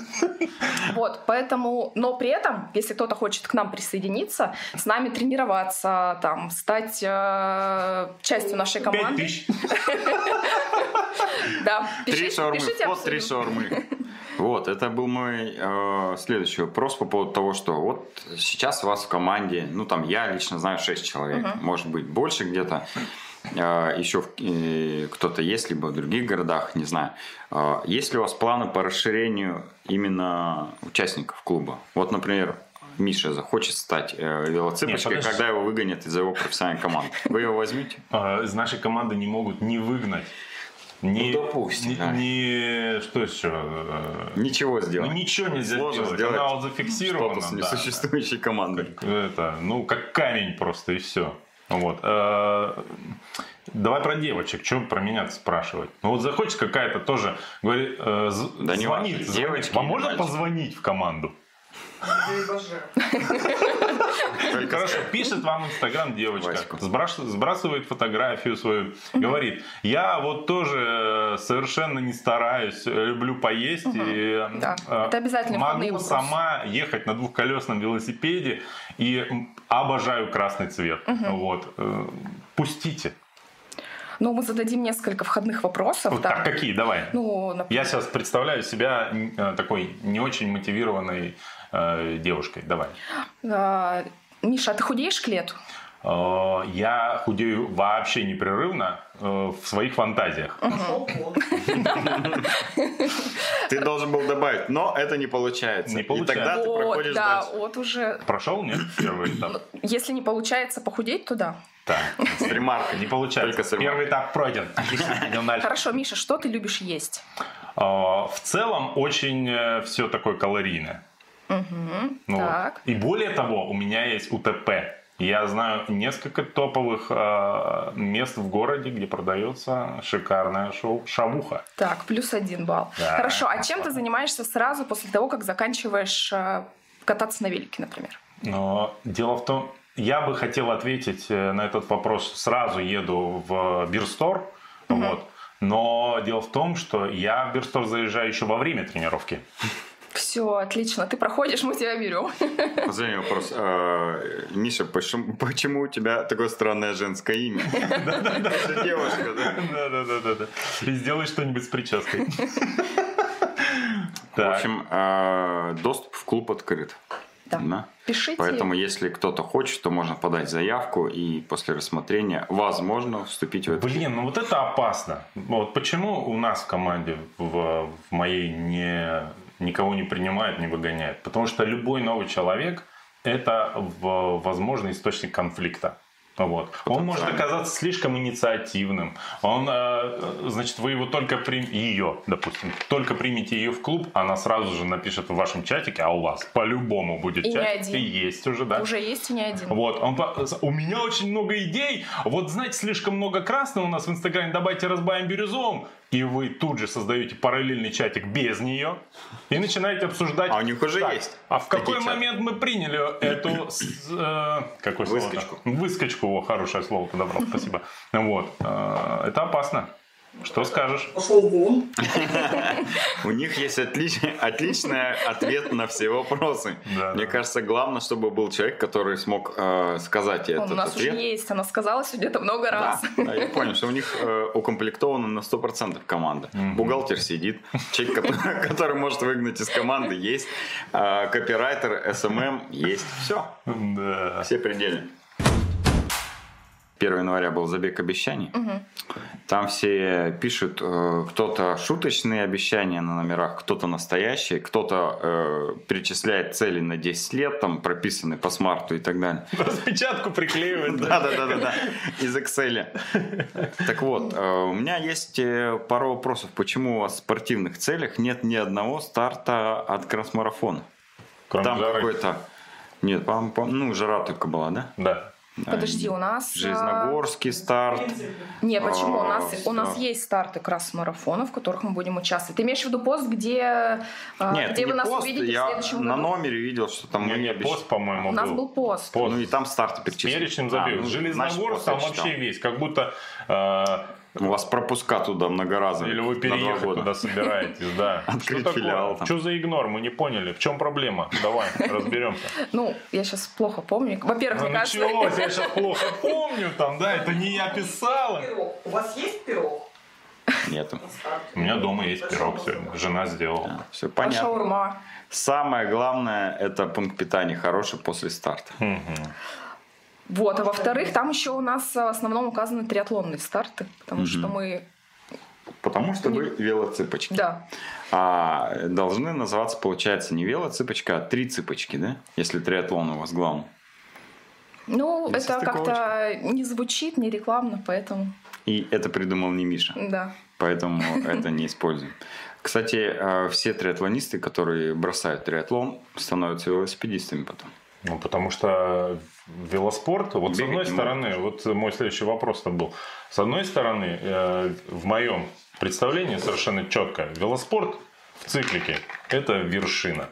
A: Вот, поэтому, но при этом, если кто-то хочет к нам присоединиться, с нами тренироваться, там, стать э, частью нашей
B: 5
A: команды,
B: тысяч.
A: да,
C: три
A: пишите,
C: шаурмы,
A: пишите
C: вход три
A: абсолютно.
C: шаурмы. Вот, это был мой э, следующий вопрос по поводу того, что вот сейчас у вас в команде, ну там я лично знаю 6 человек,
A: Мгм.
C: может быть больше где-то, э, еще в- э, кто-то есть, либо в других городах, не знаю. Э, есть ли у вас планы по расширению именно участников клуба? Вот, например, Миша захочет стать э, велоцыпочкой,
B: подожди.
C: когда его выгонят из-за его профессиональной команды. Вы его возьмете?
B: А, Из нашей команды не могут не выгнать. Не,
C: Ну, допустим,
B: Не,
C: да.
B: не- что еще? э,
C: Ничего сделать.
B: Ну, ничего нельзя
C: Сложно
B: сделать.
C: сделать
B: Она вот
C: Что-то
B: зафиксирована.
C: с
B: да, да.
C: несуществующей командой.
B: это, ну, как камень просто, и все. Вот. Э, Давай про девочек, что про меня спрашивать? Ну вот захочет какая-то тоже, говорит, э, з-
C: Да не важно,
B: звонит, звонит.
C: девочки
B: Вам
C: или
B: можно
C: мальчики?
B: позвонить в команду?
E: Боже.
C: Только
B: Хорошо, пишет вам в Инстаграм девочка,
C: Ваську.
B: сбраш- сбрасывает фотографию свою, говорит, я вот тоже э, совершенно не стараюсь, э, люблю поесть и э,
A: Да,
B: э,
A: это обязательный входные
B: могу
A: вопросы.
B: сама ехать на двухколесном велосипеде и м, обожаю красный цвет. Вот, Э, пустите.
A: Ну, мы зададим несколько входных вопросов,
B: Вот
A: да.
B: так, какие, давай.
A: Ну, нап-
B: Я сейчас представляю себя м, э, такой не очень мотивированной э, девушкой. Давай.
A: а, Миша, а ты худеешь к лету?
B: Э, Я худею вообще непрерывно э, в своих фантазиях.
E: Пошел вон.
C: Ты должен был добавить, но это не получается.
B: Не
C: И
B: получается.
C: тогда ты
A: вот,
C: проходишь
A: да,
C: дальше.
A: вот уже.
B: Прошел, нет, первый этап?
A: Если не получается похудеть, то да.
B: Так,
C: С ремаркой.
B: не получается.
C: Только с ремаркой.
B: Первый этап пройден. Отлично, идем дальше.
A: Хорошо, Миша, что ты любишь есть?
B: Э, В целом очень все такое калорийное.
A: Мгм,
B: Ну,
A: так.
B: вот. И более того, у меня есть УТП. Я знаю несколько топовых э, мест в городе, где продается шикарное шоу «Шавуха».
A: Так, плюс один балл.
B: Да.
A: Хорошо, а чем ты занимаешься сразу после того, как заканчиваешь э, кататься на велике, например?
B: Но дело в том, я бы хотел ответить э, на этот вопрос. Сразу еду в э, Бирстор, вот. Но дело в том, что я в Бирстор заезжаю еще во время тренировки.
A: Все, отлично, ты проходишь, мы тебя берем.
C: Последний вопрос. Э, Миша, почему, почему у тебя такое странное женское имя? Ты Девушка, да?
B: Да-да-да-да. И сделай что-нибудь с прической.
C: В
B: Так.
C: общем, э, доступ в клуб открыт.
A: Да. Пишите.
C: Поэтому, если кто-то хочет, то можно подать заявку и после рассмотрения, возможно, вступить в этот клуб.
B: Блин, ну вот это опасно. Вот почему у нас в команде в, в моей не, никого не принимают, не выгоняют? Потому что любой новый человек это в- возможный источник конфликта. Вот. Он может оказаться слишком инициативным. Он, э, значит, вы его только прим... ее, допустим, только примите ее в клуб, она сразу же напишет в вашем чатике, а у вас по-любому будет
A: И не
B: чатик.
A: один.
B: И есть уже, да.
A: Уже есть и не один.
B: Вот, он по- у меня очень много идей. Вот, знаете, слишком много красного у нас в Инстаграме. Давайте разбавим бирюзовым. И вы тут же создаете параллельный чатик без нее и начинаете обсуждать.
C: А у них уже
B: Так,
C: есть
B: А в
C: такие
B: какой
C: чаты.
B: момент мы приняли эту с- э, какое слово-то?
C: Выскочку.
B: Выскочку, о, хорошее слово подобрал, спасибо. Вот, э, это опасно. Что скажешь?
E: Пошел вон.
C: У них есть отлич... отличный ответ на все вопросы.
B: Да,
C: Мне
B: да.
C: кажется, главное, чтобы был человек, который смог э, сказать ей
A: Он у
C: этот
A: нас уже
C: ответ.
A: есть, она сказала сегодня это много раз.
C: Да, да, я понял, что у них э, укомплектована на 100% команда. Бухгалтер сидит, человек, который, который может выгнать из команды, есть. Э, копирайтер, СММ, есть. Все,
B: Да.
C: все пределы. 1 января был забег обещаний. Там все пишут, э, кто-то шуточные обещания на номерах, кто-то настоящие, кто-то э, перечисляет цели на 10 лет, там прописаны по смарту и так далее.
B: Распечатку приклеивать.
C: Да, да, да, да, да. Из Excel. Так вот, э, у меня есть э, пара вопросов. Почему у вас в спортивных целях нет ни одного старта от кросс-марафона?
B: Кроме
C: Там
B: жары.
C: какой-то... Нет, по ну, жара только была, да?
B: Да.
A: Подожди, у нас... а,
C: Железногорский старт.
A: Не, почему? У нас,
C: Просто.
A: у нас есть старты красс-марафона, в которых мы будем участвовать. Ты имеешь в виду пост, где, а,
C: Нет,
A: где
C: не
A: вы нас
C: пост,
A: увидите в
C: я
A: следующем
C: на
A: году?
C: номере видел, что там...
B: Не,
C: мы
B: не,
C: обещали.
B: пост, по-моему,
A: У нас был пост.
B: Пост.
C: Ну и там старты перечислены.
B: Перечнем
C: А,
B: забил.
C: ну,
B: Железногорск
C: значит,
B: там
C: пост я читал.
B: вообще весь, как будто э,
C: У вас пропуска туда многоразовые.
B: или вы
C: на два
B: переехать
C: года.
B: туда собираетесь, да.
C: Открыть
B: Что такое?
C: филиал там.
B: Чё за игнор? Мы не поняли. В чем проблема? Давай разберемся.
A: Ну, я сейчас плохо помню. Во-первых,
B: Ну,
A: мне кажется...
B: началось, я сейчас плохо помню там, да, это не я писала.
E: Пирог. У вас есть пирог?
C: Нету.
E: на старте?
B: У меня дома есть пирог сегодня, жена сделала.
C: Все
A: а
C: понятно.
A: шаурма.
C: Самое главное это пункт питания хороший после старта.
B: Мгм.
A: Вот, а во-вторых, там еще у нас а, в основном указаны триатлонные старты, потому
C: Мгм.
A: что мы,
C: Потому что вы велоцыпочки.
A: да,
C: А должны называться, получается, не велоцыпочка, а три цыпочки, да? Если триатлон у вас главный.
A: ну,
C: Есть
A: это как-то
C: стыковочка.
A: не звучит, не рекламно, поэтому,
C: И это придумал не Миша,
A: да.
C: поэтому это не используем. Кстати, э, все триатлонисты, которые бросают триатлон, становятся велосипедистами потом.
B: Ну, потому что велоспорт, вот с
C: Бегать
B: одной
C: не могут.
B: стороны, вот мой следующий вопрос-то был. С одной стороны, э, в моем представлении совершенно четко, велоспорт в циклике – это вершина.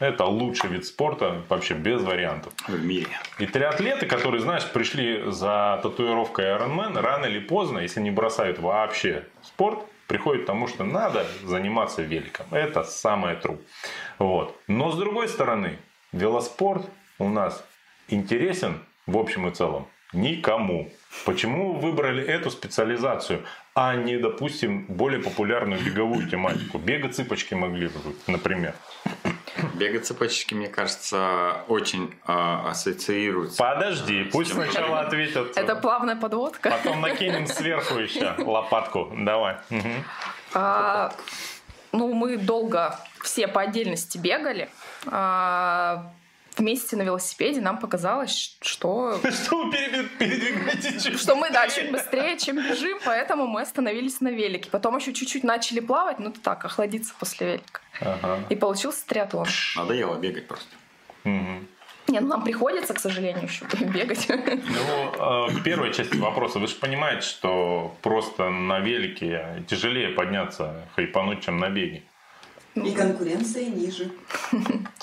B: Это лучший вид спорта вообще без вариантов.
C: В мире.
B: И триатлеты, которые, знаешь, пришли за татуировкой Ironman, рано или поздно, если не бросают вообще спорт, приходят к тому, что надо заниматься великом. Это самое true. Вот. Но с другой стороны, велоспорт у нас интересен в общем и целом никому. Почему вы выбрали эту специализацию, а не, допустим, более популярную беговую тематику? Бега цыпочки могли бы, например.
C: Бегать цыпочки, мне кажется, очень э, ассоциируется.
B: Подожди, пусть сначала ответят. э,
A: Это плавная подводка.
B: Потом накинем сверху еще лопатку. Давай. Мгм.
A: А, ну, мы долго все по отдельности бегали. а, вместе на велосипеде нам показалось, что,
B: Что вы пере- передвигаете? чуть
A: что мы, да,
B: быстрее?
A: чуть быстрее, чем бежим, поэтому мы остановились на велике. Потом еще чуть-чуть начали плавать, ну, так, охладиться после велика.
B: Ага.
A: И получился триатлон.
C: Надоело бегать просто.
B: Мгм.
A: Не, ну нам приходится, к сожалению, еще бегать.
B: Ну, э, к первой части вопроса. Вы же понимаете, что просто на велике тяжелее подняться, хайпануть, чем на беге.
E: Ну, И конкуренция ниже.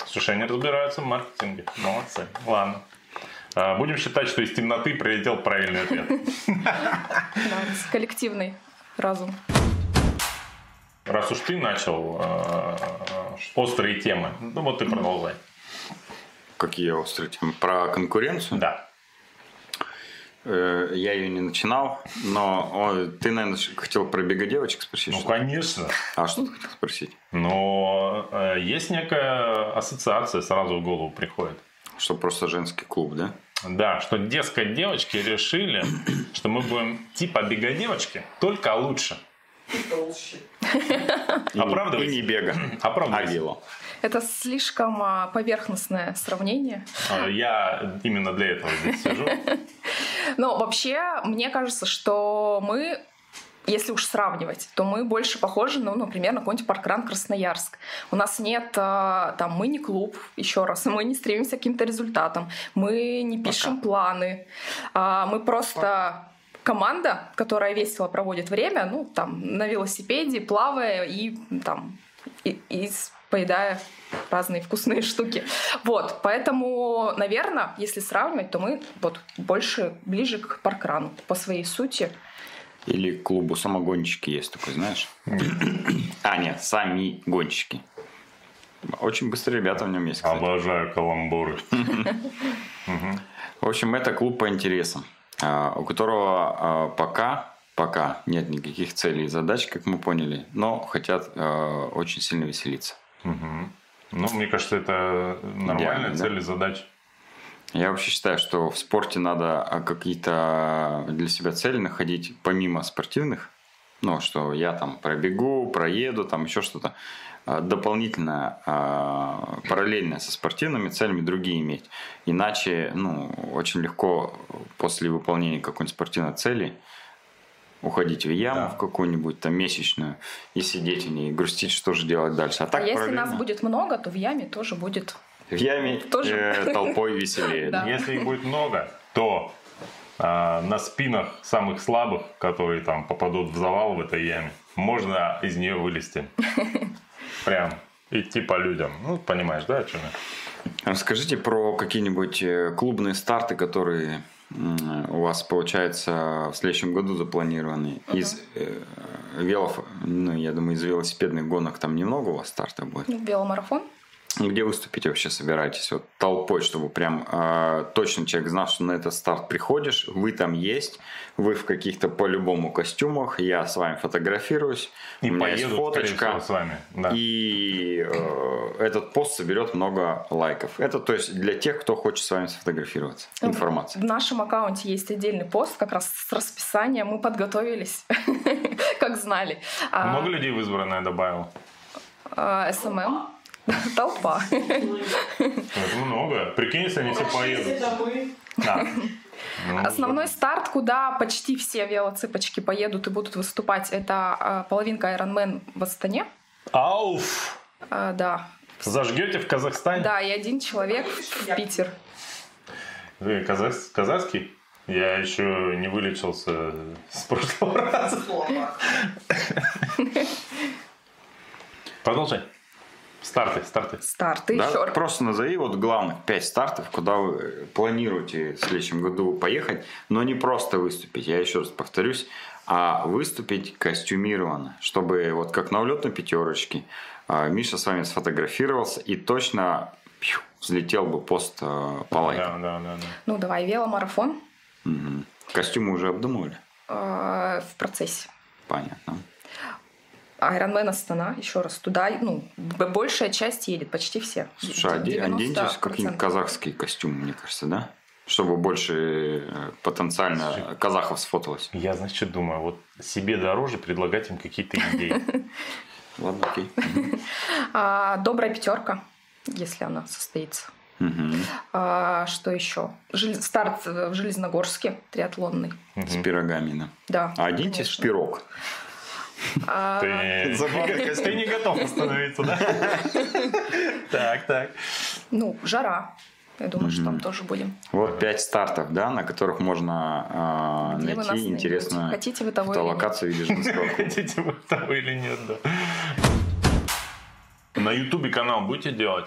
B: Слушай, они разбираются в маркетинге. Молодцы. Ладно. А, Будем считать, что из темноты прилетел правильный ответ.
A: Да, коллективный разум.
B: Раз уж ты начал э, острые темы, ну вот и продолжай.
C: Какие острые темы? Про конкуренцию?
B: Да.
C: Э, Я ее не начинал, но о, ты, наверное, хотел про бега девочек спросить.
B: Ну,
C: что ли?
B: конечно.
C: а что ты хотел спросить?
B: Но э, есть некая ассоциация, сразу в голову приходит.
C: Что просто женский клуб, да?
B: Да, что, дескать, девочки решили, что мы будем типа бега девочки, только лучше.
E: И толще.
C: И не-
B: Оправдывайся.
C: И не бега, а
B: Оправдывайся.
C: вело.
A: Это слишком а, поверхностное сравнение.
B: А, Я именно для этого здесь сижу.
A: Но вообще, мне кажется, что мы если уж сравнивать, то мы больше похожи, ну, например, на какой-нибудь паркран Красноярск. У нас нет, а, там, мы не клуб, еще раз, мы не стремимся к каким-то результатам, мы не пишем планы, а, мы просто команда, которая весело проводит время, ну, там, на велосипеде, плавая и, там, и, и с- поедая разные вкусные штуки. Вот, поэтому, наверное, если сравнивать, то мы вот больше, ближе к паркрану по своей сути.
C: Или к клубу самогонщики есть такой, знаешь? а, нет, сами гонщики. Очень быстрые ребята в нем есть,
B: А
C: кстати.
B: Обожаю каламбуры. Мгм.
C: В общем, это клуб по интересам, а, у которого а, пока, пока нет никаких целей и задач, как мы поняли, но хотят а, очень сильно веселиться.
B: Мгм. Ну, мне кажется, это нормальная
C: Идеально, да?
B: цель и задача.
C: Я вообще считаю, что в спорте надо а, какие-то а, для себя цели находить помимо спортивных. Ну, что я там пробегу, проеду, там еще что-то. А, Дополнительно, а, параллельно со спортивными целями другие иметь. Иначе, ну, очень легко после выполнения какой-нибудь спортивной цели уходить в яму
B: Да.
C: в какую-нибудь там месячную и сидеть в ней, и грустить, что же делать дальше. А так
A: а если
C: параллельно
A: нас будет много, то в яме тоже будет.
C: в яме
A: Тоже.
C: э, толпой веселее.
A: Да.
B: Если их будет много, то а, на спинах самых слабых, которые там попадут в завал в этой яме, можно из нее вылезти. Прям идти по людям. Ну, понимаешь, да, о чем я?
C: Расскажите про какие-нибудь э, клубные старты, которые м, у вас, получается, в следующем году запланированы. Из э, велов, ну, я думаю, из велосипедных гонок там немного у вас стартов будет.
A: Ну, Веломарафон.
C: Где выступить вообще собираетесь? Вот толпой, чтобы прям э, точно человек знал, что на этот старт приходишь, вы там есть, вы в каких-то по-любому костюмах, я с вами фотографируюсь,
B: И
C: у меня есть
B: поеду, скорее всего,
C: фоточка.
B: с вами. Да.
C: И э, этот пост соберет много лайков. Это то есть для тех, кто хочет с вами сфотографироваться.
A: Ну,
C: Информация.
A: В нашем аккаунте есть отдельный пост как раз с расписанием. Мы подготовились, как знали. А,
B: Много людей в избранное добавил?
A: а, СММ. Толпа.
C: Ну,
B: Это много. Прикинь, если они все поедут.
E: Это мы.
B: Да. Ну,
A: Основной старт, куда почти все велоцыпочки поедут и будут выступать, это а, половинка Ironman в Астане.
B: Ауф!
A: А, Да.
B: Зажгете в Казахстане?
A: Да, и один человек в Питер.
B: Э, казах- Казахский? Я еще не вылечился с прошлого раза.
E: Слова.
B: Продолжай. Старты, старты.
A: Старт. И
C: Да?
A: еще
C: Просто назови вот главных пять стартов, куда вы э, планируете в следующем году поехать, но не просто выступить, я еще раз повторюсь, а выступить костюмированно, чтобы вот как на улетной пятерочке э, Миша с вами сфотографировался и точно пью, взлетел бы пост э, по лайкам.
B: Да, да, да, да.
A: Ну, давай, веломарафон
C: Мгм. Костюмы уже обдумывали?
A: а, в процессе.
C: Понятно.
A: Айронмен Астана, еще раз, туда, ну, б- большая часть едет, почти все.
C: Слушай, а оде-
A: 90%.
C: оденьтесь в какие-нибудь казахские костюмы, мне кажется, да? Чтобы больше э, потенциально
B: Слушай.
C: казахов сфоталось.
B: Я, значит, что думаю, вот себе дороже предлагать им какие-то идеи.
C: Ладно, окей.
A: А, Добрая пятерка, если она состоится.
C: Мгм.
A: А, что еще? Жел- Старт э, в Железногорске, триатлонный.
C: С пирогами, да.
A: Да.
C: А Оденьтесь в
A: конечно.
C: пирог.
A: А,
B: Ты
C: Забыл костюм.
B: ты не готов остановиться, да? Так, так.
A: Ну, жара. Я думаю, что там
C: Мгм.
A: тоже будем.
C: Вот пять стартов, да, на которых можно а,
A: Где вы нас
C: найти
A: найдете?
C: интересную
A: Хотите вы того или нет?
C: фотолокацию в виде женского клуба.
B: Хотите вы того или нет, да. На Ютубе канал будете делать?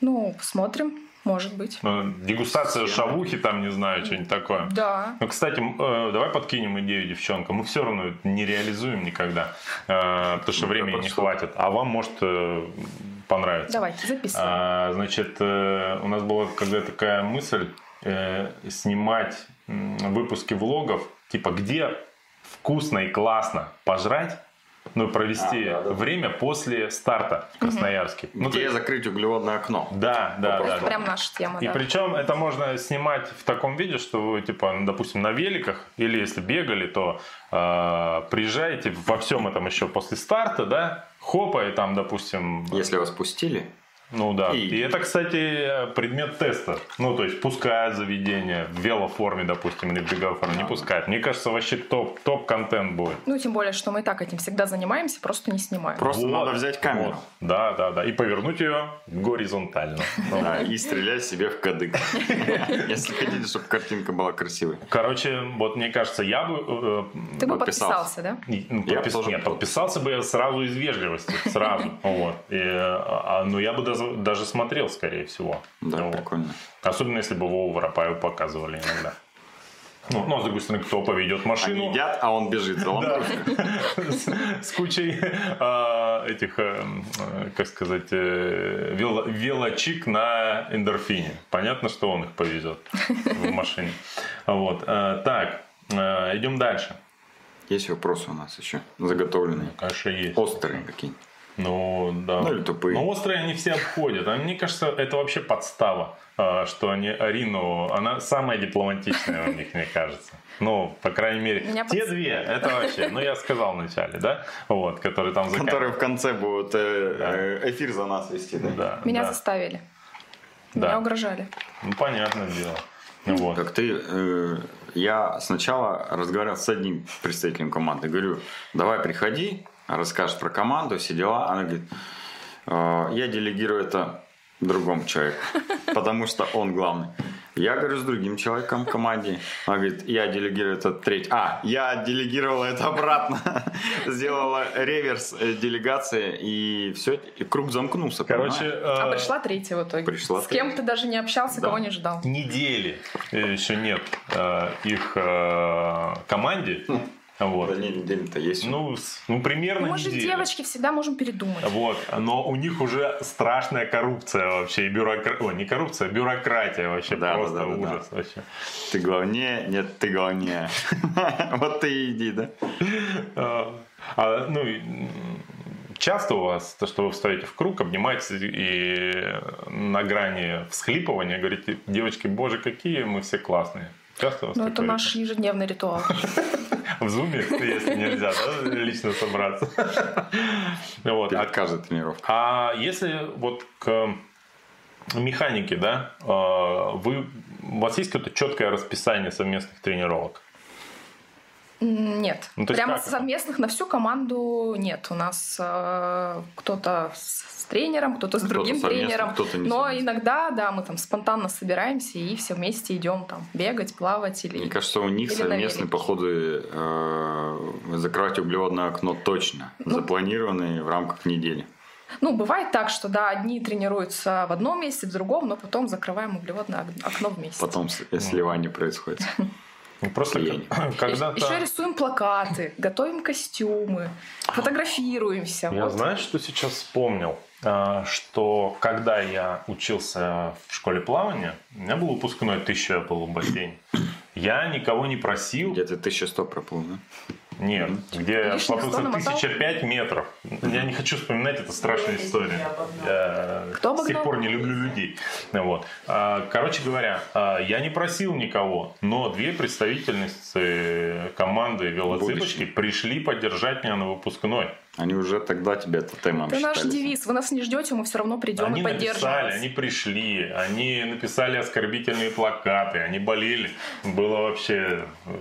A: Ну, посмотрим, может быть.
B: Э, Дегустация шавухи там, не знаю, что-нибудь такое.
A: Да.
B: Ну, кстати, м, э, давай подкинем идею девчонкам. Мы все равно это не реализуем никогда, э, потому что
C: Ну,
B: времени
C: вопрос.
B: не хватит. А вам может э, понравиться.
A: Давай, записывай.
B: А, значит, э, у нас была когда такая мысль э, снимать м, выпуски влогов, типа где вкусно и классно пожрать, ну и провести
C: А, да, да.
B: время после старта в Красноярске. Ну, то
C: Где Ну,
B: есть-
C: закрыть углеводное окно?
B: Да, да, да.
A: Это
B: да.
A: прям наша тема,
B: И
A: да.
B: причем это можно снимать в таком виде, что вы, типа, ну, допустим, на великах, или если бегали, то э, приезжаете во всем этом еще после старта, да, хопа, и там, допустим...
C: Если вас пустили,
B: Ну да.
C: И-
B: И... это, кстати, предмет теста. Ну, то есть, пускают заведение в велоформе, допустим, или в беговой форме, не
C: Да.
B: пускают. Мне кажется, вообще топ, топ-контент будет.
A: Ну, тем более, что мы и так этим всегда занимаемся, просто не снимаем.
C: просто
B: Вот,
C: надо взять камеру
B: вот. Да, да, да. И повернуть ее горизонтально. Ну,
C: да, и стрелять себе в кадык. Если хотите, чтобы картинка была красивой.
B: Короче, вот мне кажется, я бы э,
A: Ты бы
C: подписался.
A: подписался, да?
B: И, ну,
C: Я
B: подпис-
C: тоже
B: нет,
C: был.
B: подписался бы я сразу из вежливости, сразу. Вот. И, э, а, Но я бы даз- даже смотрел, скорее всего.
C: Да,
B: Вот.
C: прикольно.
B: Особенно, если бы Вову Воропаева показывали иногда. Ну, ну, с другой стороны, кто поведет
C: Они
B: машину
C: едят, а он бежит за лампой.
B: с, с кучей э, этих, э, м, э, как сказать, э, вело- велочик на эндорфине. Понятно, что он их повезет в машине. Вот. Э, Так, э, идем дальше.
C: Есть вопросы у нас еще заготовленные.
B: Конечно, есть.
C: Острые какие-нибудь.
B: Ну, да.
C: Ну, или тупые.
B: Но острые они все обходят. А мне кажется, это вообще подстава, а, что они Арину... Она самая дипломатичная у них, мне кажется. Ну, по крайней мере,
A: Меня
B: те
A: подс-
B: две, это вообще, ну, я сказал вначале, да? Вот, которые там... за кам-
C: Которые в конце будут э, э, эфир за нас вести, да?
B: Да,
A: Меня
B: да.
A: заставили.
B: Да.
A: Меня угрожали.
B: Ну, понятное дело. Ну, Вот.
C: Как ты, э, я сначала разговаривал с одним представителем команды, говорю, давай приходи, расскажешь про команду, все дела. Она говорит, «Э, я делегирую это другому человеку, потому что он главный. Я говорю с другим человеком в команде. Она говорит, я делегирую это треть. А, я делегировала это обратно. Сделала реверс э, делегации, и все, и круг замкнулся.
B: Короче,
C: понимаешь?
B: э,
A: А пришла третья в итоге.
C: пришла
A: С кем
C: третья.
A: ты даже не общался,
C: Да.
A: кого не ждал.
B: недели э, еще нет э, их э, команде.
C: да
B: Вот.
C: не, неделя-то есть.
B: Ну, с- ну, примерно
A: Мы же
B: неделя. А
A: девочки всегда можем передумать.
B: Вот, но у них уже страшная коррупция вообще, и бюрокра... О, не коррупция, а бюрократия вообще,
C: Да, да,
B: просто
C: да, да, да.
B: ужас вообще.
C: Ты главнее, нет, ты главнее. Вот ты и иди, да?
B: А, а, ну, и, м, часто у вас то, что вы встаете в круг, обнимаетесь и на грани всхлипывания говорите, девочки, боже, какие мы все классные. Часто у вас
A: Но Ну, это
B: такое?
A: наш ежедневный ритуал.
B: В зуме, если нельзя, да, лично собраться. Вот, а
C: Перед каждой тренировкой.
B: А если вот к э, механике, да, э, вы, у вас есть какое-то четкое расписание совместных тренировок?
A: М, Нет.
B: Ну, то есть
A: Прямо
B: как это?
A: совместных на всю команду нет. У нас э, кто-то с с тренером, кто-то с
C: Кто-то
A: другим
C: совместно,
A: тренером.
C: кто-то не
A: Но
C: совместно.
A: иногда, да, мы там спонтанно собираемся и все вместе идем там бегать, плавать или...
C: Мне кажется, у них
A: Или
C: совместные
A: намерен.
C: походы э, закрывать углеводное окно точно,
A: Ну.
C: запланированные в рамках недели.
A: Ну, бывает так, что, да, одни тренируются в одном месте, в другом, но потом закрываем углеводное ок- окно вместе.
C: Потом с- э, сливание происходит.
B: Ну, Просто
C: Клей.
B: к- когда-то...
A: Еще Э, рисуем плакаты, готовим костюмы, фотографируемся.
B: Я
A: Вот.
B: знаешь, что сейчас вспомнил? А, Что когда я учился в школе плавания, у меня был выпускной, тысяча я был в бассейне. Я никого не
A: Ну.
B: просил,
C: Где-то 1100 проплыл, да?
B: нет, где
A: Лишних сто
B: поплылся
A: намотал?
B: 1005 метров. Я не хочу вспоминать, это страшная
E: Я
B: история.
E: обогнал.
B: Я
A: Кто
B: с тех
A: обогнал?
B: пор не люблю людей. Ну Вот. А, Короче говоря, а, я не просил никого, но две представительницы команды велоцыпочки
C: Будущей.
B: пришли поддержать меня на выпускной.
C: Они уже тогда тебя тотемом
A: Это наш
C: считали.
A: девиз. Вы нас не ждете, мы все равно придем
B: они
A: и поддержим.
B: написали,
A: вас.
B: они пришли, они написали оскорбительные плакаты, они болели. Было вообще... э,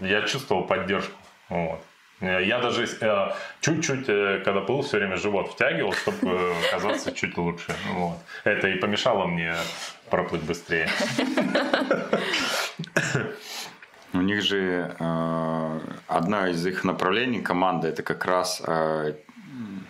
B: Я чувствовал поддержку. Вот. Э, Я даже э, чуть-чуть, э, когда плыл, все время живот втягивал, чтобы казаться чуть лучше. Вот. Это и помешало мне э, проплыть быстрее.
C: У них же э, одна из их направлений команды это как раз э, м,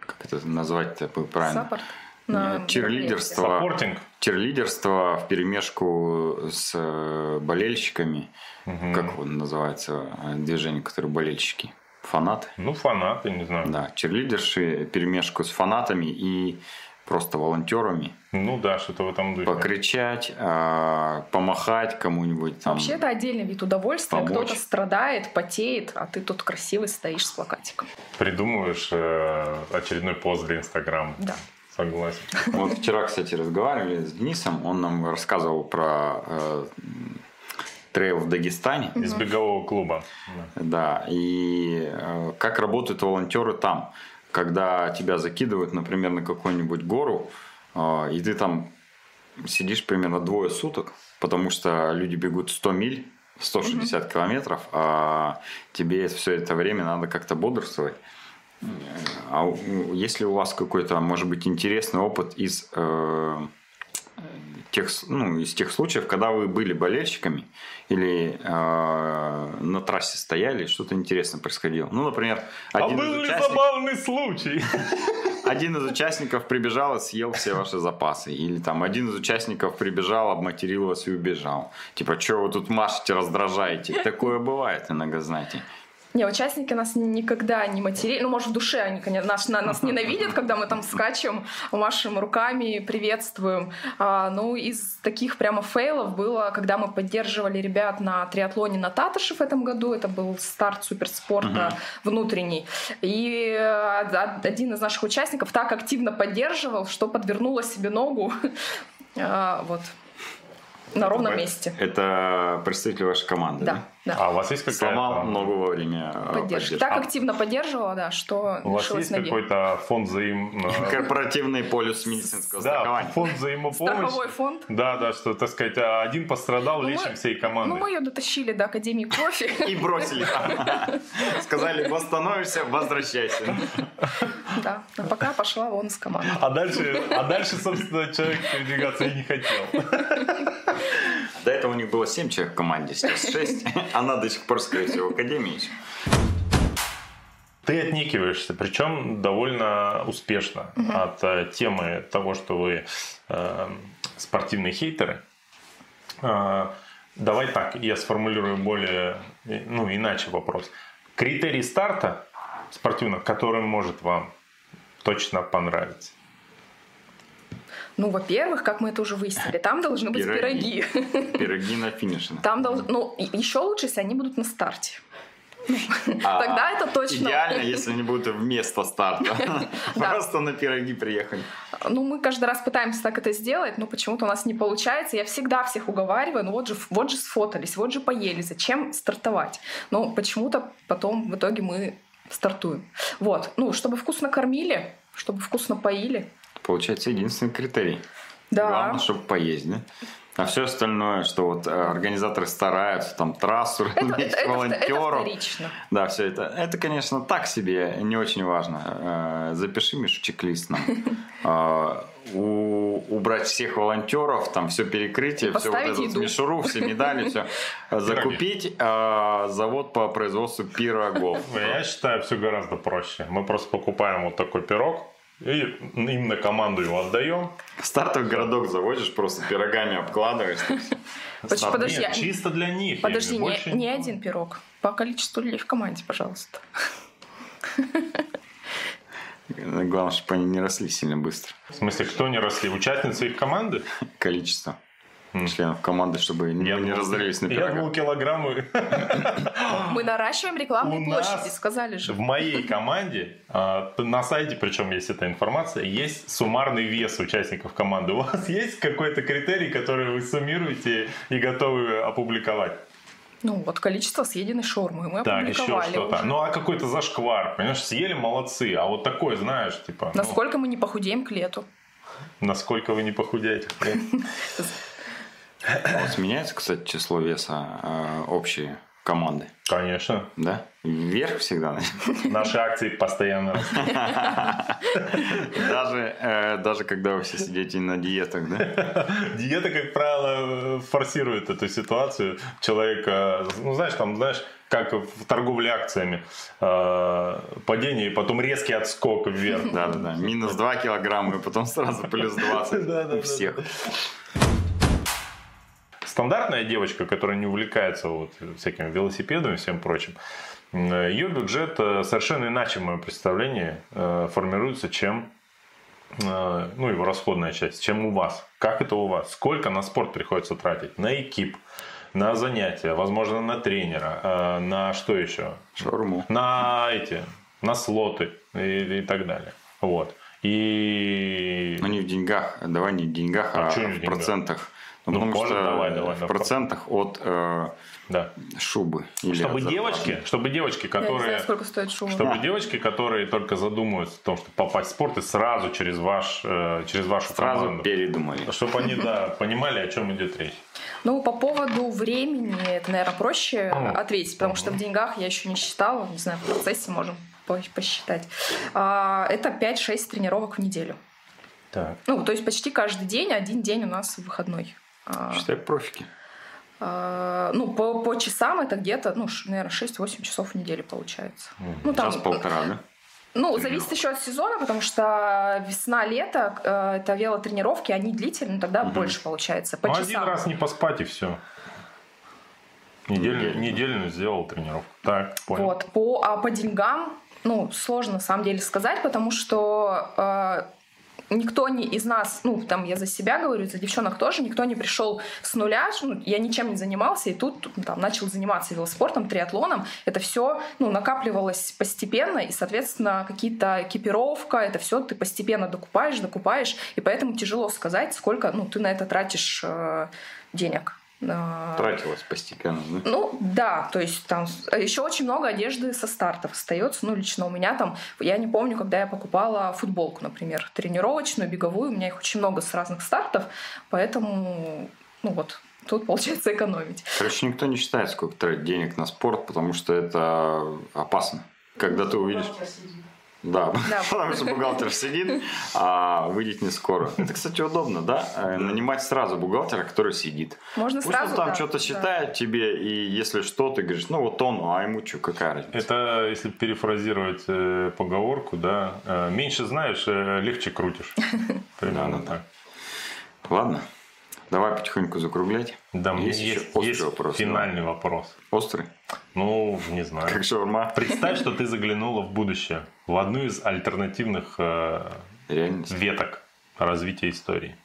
C: как это назвать-то бы правильно?
A: Саппорт.
C: Нет, Черлидерство.
B: Саппортинг.
C: Черлидерство в перемешку с э, болельщиками.
B: Мгм.
C: Как он называется? э, Движение, которое болельщики. Фанаты.
B: Ну, фанаты, не знаю.
C: Да, черлидерши перемешку с фанатами и просто волонтерами.
B: Ну да, что-то в этом духе.
C: Покричать, э, помахать кому-нибудь там.
A: Вообще это отдельный вид удовольствия.
C: помочь.
A: Кто-то страдает, потеет, а ты тут красивый стоишь с плакатиком.
B: Придумываешь э, очередной пост для Инстаграма.
A: Да.
B: Согласен.
C: Вот вчера, кстати, разговаривали с Денисом, он нам рассказывал про э, трейл в Дагестане.
B: Из бегового клуба. Да.
C: Да, и э, как работают волонтеры там, когда тебя закидывают, например, на какую-нибудь гору, э, и ты там сидишь примерно двое суток, потому что люди бегут 100 миль, 160 километров, а тебе все это время надо как-то бодрствовать. А у- если у вас какой-то, может быть, интересный опыт из э, тех, с- ну, из тех случаев, когда вы были болельщиками или э, на трассе стояли, что-то интересное происходило. Ну, например,
B: А
C: один,
B: был
C: из
B: ли
C: участников,
B: забавный случай?
C: один из участников прибежал и съел все ваши запасы. Или там один из участников прибежал, обматерил вас и убежал. Типа, что вы тут машете, раздражаете? Такое бывает иногда, знаете.
A: Не, участники нас никогда не материли. Ну, может, в душе они, конечно, нас, на- нас ненавидят, когда мы там скачем, машем руками, приветствуем. А, ну, из таких прямо фейлов было, когда мы поддерживали ребят на триатлоне на Татышев в этом году. Это был старт суперспорта внутренний. И э, од- один из наших участников так активно поддерживал, что подвернула себе ногу. А, вот. На ровном месте.
C: Это представитель вашей команды, да?
A: Да, да.
B: А у вас есть какая-то...
C: Сломал ногу во время э,
A: Поддержка.
C: поддержки.
A: Так активно поддерживала, да, что
B: У вас
A: лишилась
B: есть
A: ноги.
B: какой-то фонд взаим... э,
C: А Корпоративный полюс медицинского
B: Да,
C: страхования.
B: фонд взаимопомощи.
A: Страховой фонд.
B: Да, да, что, так сказать, один пострадал,
A: Ну,
B: лечим
A: мы-
B: всей
A: Ну, мы
B: команды.
A: ее дотащили до Академии кофе.
C: И бросили там. Сказали, восстановишься, возвращайся.
A: Да. А пока пошла вон с команды.
B: А дальше, а дальше, собственно, человек передвигаться и не хотел.
C: До этого у них было 7 человек в команде, сейчас 6. Она до сих пор, скорее всего, в академии еще.
B: Ты отникиваешься, причем довольно успешно от э, темы того, что вы э, спортивные хейтеры. Э, давай так, я сформулирую более, э, ну, иначе вопрос. Критерий старта спортивного, который может вам точно понравиться.
A: Ну, во-первых, как мы это уже выяснили, там должны быть
C: Пироги.
A: пироги.
C: Пироги на финише.
A: Там должны... Ну, еще лучше, если они будут на старте.
C: А,
A: Тогда это точно.
C: Идеально, если они будут вместо старта.
A: Да.
C: Просто на пироги приехали.
A: Ну, мы каждый раз пытаемся так это сделать, но почему-то у нас не получается. Я всегда всех уговариваю, ну вот же, вот же сфотались, вот же поели, зачем стартовать? Но почему-то потом в итоге мы стартуем. Вот, ну, чтобы вкусно кормили, чтобы вкусно поили.
C: Получается, единственный критерий.
A: Да.
C: Главное, чтобы поездили. А все остальное, что вот э, организаторы стараются, там трассу,
A: Это, это-
C: разметить,
A: это- это
C: волонтеров.
A: вторично.
C: Да, все это. Это, конечно, так себе, не очень важно. Э, Запиши, Мишу, чек-лист нам. Э, у- убрать всех волонтеров, там все перекрытие,
A: И
C: все вот
A: поставить
C: эту
A: еду.
C: мишуру, все медали, все. Закупить э, завод по производству пирогов.
B: Я считаю, все гораздо проще. Мы просто покупаем вот такой пирог, и им на команду его отдаем.
C: Стартовый городок заводишь, просто пирогами обкладываешь.
A: Подожди, подожди,
B: Нет,
A: я-
B: чисто для них. я
A: подожди,
B: говорю,
A: не,
B: больше
A: не
B: никого.
A: один пирог. По количеству людей в команде, пожалуйста.
C: Главное, чтобы они не росли сильно быстро.
B: В смысле, кто не росли? Участницы их команды?
C: Количество
B: М.
C: членов команды, чтобы не, не разорились на
B: Хм. Я думал,
C: пирогах.
B: килограммы.
A: Мы наращиваем рекламные
B: А. У
A: площади,
B: нас
A: сказали же.
B: В моей команде, а, на сайте, причем есть эта информация, есть суммарный вес участников команды. У вас есть какой-то критерий, который вы суммируете и готовы опубликовать?
A: Ну, вот количество съеденной шаурмы мы
B: Так, еще
A: опубликовали
B: что-то.
A: уже.
B: Ну, а какой-то зашквар, понимаешь, съели молодцы, а вот такой, знаешь, типа, ну,
A: Насколько мы не похудеем к лету?
B: насколько вы не похудеете. хрен.
C: Вот меняется, кстати, число веса э, общее команды,
B: Конечно.
C: да? Вверх всегда.
B: Наши акции постоянно растут.
C: Даже, э, даже когда вы все сидите на диетах, да?
B: Диета, как правило, э, форсирует эту ситуацию. Человек, э, ну знаешь, там, знаешь, как в торговле акциями. э, Падение и потом резкий отскок вверх.
C: Да-да-да. Минус 2 килограмма, и потом сразу плюс 20
B: Да-да-да-да.
C: у всех.
B: Стандартная девочка, которая не увлекается вот всякими велосипедами и всем прочим, м, ее бюджет э, совершенно иначе, в моем представлении, э, формируется, чем э, ну, его расходная часть, чем у вас. Как это у вас? Сколько на спорт приходится тратить? На экип, на занятия, возможно, на тренера, э, на что еще?
C: Шаурму.
B: На эти, на слоты и, и так далее. Вот. И...
C: Ну не в деньгах, давай не в деньгах,
B: А
C: а,
B: чё не в
C: в
B: деньгах?
C: процентах.
B: Ну, можно, давай, давай,
C: в
B: давай.
C: процентах от э,
B: Да.
C: шубы. или
B: Чтобы
C: от зарплаты.
B: девочки, чтобы девочки,
A: Я не
B: которые...
A: знаю, сколько стоит шума.
B: Чтобы
C: Да.
B: девочки, которые только задумываются о том, что попасть в спорт, и сразу через, ваш, э, через вашу
C: Сразу А,
B: команду.
C: передумали.
B: Чтобы они, да, понимали, о чем идет речь.
A: Ну, по поводу времени, это, наверное, проще
B: Ну,
A: ответить, потому что в деньгах я еще не считала, не знаю, в процессе можем по- посчитать. А, это 5-6 тренировок в неделю.
B: Так.
A: Ну, то есть почти каждый день, один день у нас выходной. А,
C: Считай профики.
A: а, ну, по, по часам это где-то, ну, ш- наверное, 6-8 часов в неделю получается. Ну,
C: Час-полтора, да?
A: Ну, зависит еще от сезона, потому что весна-лето, э, это велотренировки, они длительные, ну, тогда
C: Мгм.
A: больше получается. По
B: Ну,
A: часам.
B: один раз не поспать и все. Недельную,
C: Неделю.
B: недельную сделал тренировку. Так, понял.
A: Вот. По, а по деньгам, ну, сложно на самом деле сказать, потому что э, никто не из нас, ну, там я за себя говорю, за девчонок тоже, никто не пришел с нуля, ну, я ничем не занимался, и тут ну, там начал заниматься велоспортом, триатлоном, это все, ну, накапливалось постепенно, и, соответственно, какие-то экипировка, это все ты постепенно докупаешь, докупаешь, и поэтому тяжело сказать, сколько, ну, ты на это тратишь э, денег. Э,
C: Тратилось постепенно, да?
A: ну, да, то есть там еще очень много одежды со стартов остается. Ну, лично у меня там, я не помню, когда я покупала футболку, например, тренировочную, беговую, у меня их очень много с разных стартов, поэтому, ну вот, тут получается экономить.
C: Короче, никто не считает, сколько тратить денег на спорт, потому что это опасно. Когда ты увидишь... Да,
A: Да.
C: потому что бухгалтер сидит, а выйдет не скоро. Это, кстати, удобно, да? Э, Нанимать сразу бухгалтера, который сидит.
A: Можно
C: Пусть
A: Ну, сразу...
C: он там
A: да, да.
C: что-то считает тебе, и если что, ты говоришь, ну вот он, а ему что, какая разница?
B: Это, если перефразировать э, поговорку, да, э, меньше знаешь, э, легче крутишь. Примерно
C: Да-да-да.
B: так.
C: Ладно, давай потихоньку закруглять.
B: Да, у меня
C: Есть
B: есть,
C: еще острый
B: есть
C: вопрос, да.
B: финальный вопрос.
C: Острый,
B: Ну, не знаю.
C: как шаурма.
B: Представь, что ты заглянула в будущее, в одну из альтернативных э,
C: Реальность.
B: веток развития истории.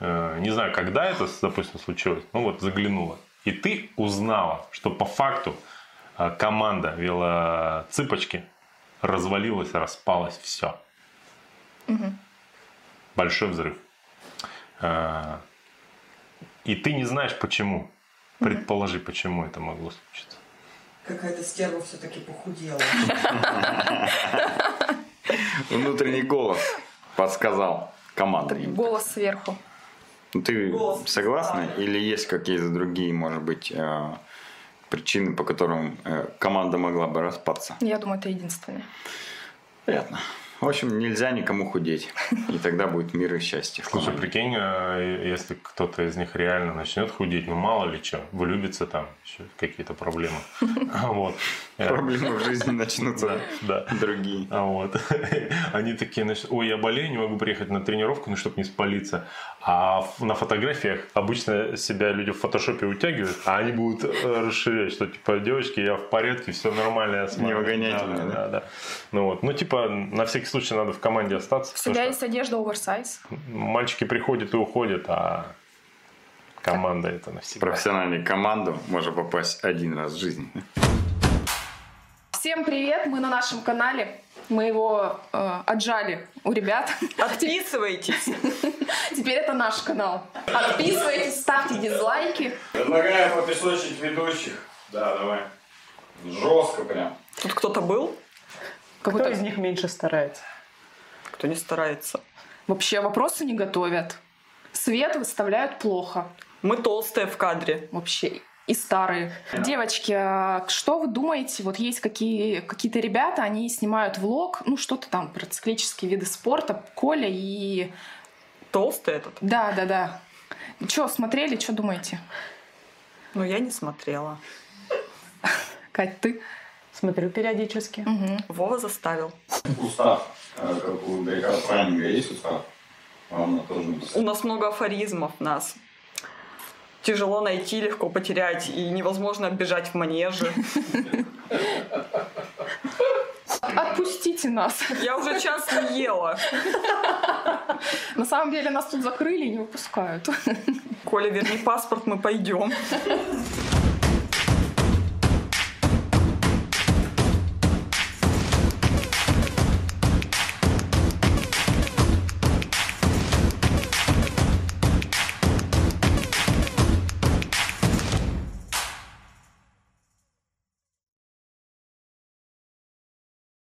B: Э, не знаю, когда это, допустим, случилось, ну вот заглянула. И ты узнала, что по факту э, команда велоцыпочки развалилась, распалась, все. Большой взрыв. Э, и ты не знаешь почему. Предположи, почему это могло случиться.
E: Какая-то стерва все-таки похудела.
C: Внутренний голос подсказал команда.
A: Так, Голос сверху.
C: Ну, Ты
E: Голос.
C: согласна?
E: Да.
C: Или есть какие-то другие, может быть, э, причины, по которым э, команда могла бы распаться?
A: Я думаю, это единственное.
C: Понятно. В общем, нельзя никому худеть. И тогда будет мир и счастье. в
B: Слушай,
C: команде.
B: прикинь, э, если кто-то из них реально начнет худеть, ну мало ли что, влюбится там, еще какие-то проблемы. Вот. Э,
C: Проблемы в жизни начнутся
B: Да.
C: другие.
B: А Вот. Они такие, значит, ой, я болею, не могу приехать на тренировку, ну, чтобы не спалиться. А ф- на фотографиях обычно себя люди в фотошопе утягивают, а они будут э, расширять, что, типа, девочки, я в порядке, все нормально, я с вами».
C: Не выгоняйте
B: Да,
C: меня,
B: да,
C: да?
B: да. Ну, вот. ну, типа, на всякий случай надо в команде остаться. потому
C: а
A: Всегда
B: что-
A: есть одежда оверсайз.
B: мальчики приходят и уходят, а команда это навсегда.
C: профессиональную команду можно попасть один раз в жизни.
A: Всем привет, мы на нашем канале. Мы его э, отжали у ребят.
D: Отписывайтесь.
A: Теперь это наш канал. Подписывайтесь, ставьте дизлайки.
C: Предлагаю попесочить ведущих. Да, давай. Жестко прям.
D: Тут кто-то был,
A: Как
F: Кто
A: будто
F: из них меньше старается?
D: кто не старается.
A: Вообще вопросы не готовят. Свет выставляют плохо.
D: Мы толстые в кадре.
A: Вообще. и старые. Девочки, а что вы думаете? Вот есть какие, какие-то ребята, они снимают влог, ну что-то там про циклические виды спорта, Коля и...
D: Толстый этот?
A: Да, да, да. Че, смотрели, что думаете?
D: Ну, я не смотрела.
A: Кать, ты?
F: Смотрю периодически.
A: Мгм.
D: Вова заставил.
G: Устав, э, как у Дарика Странника, есть устав? Вам тоже
D: У
G: написано.
D: нас много афоризмов нас. Тяжело найти, легко потерять, и невозможно оббежать в манеже.
A: Отпустите нас.
D: Я уже час не ела.
A: На самом деле нас тут закрыли и не выпускают.
D: Коля, верни паспорт, мы пойдем.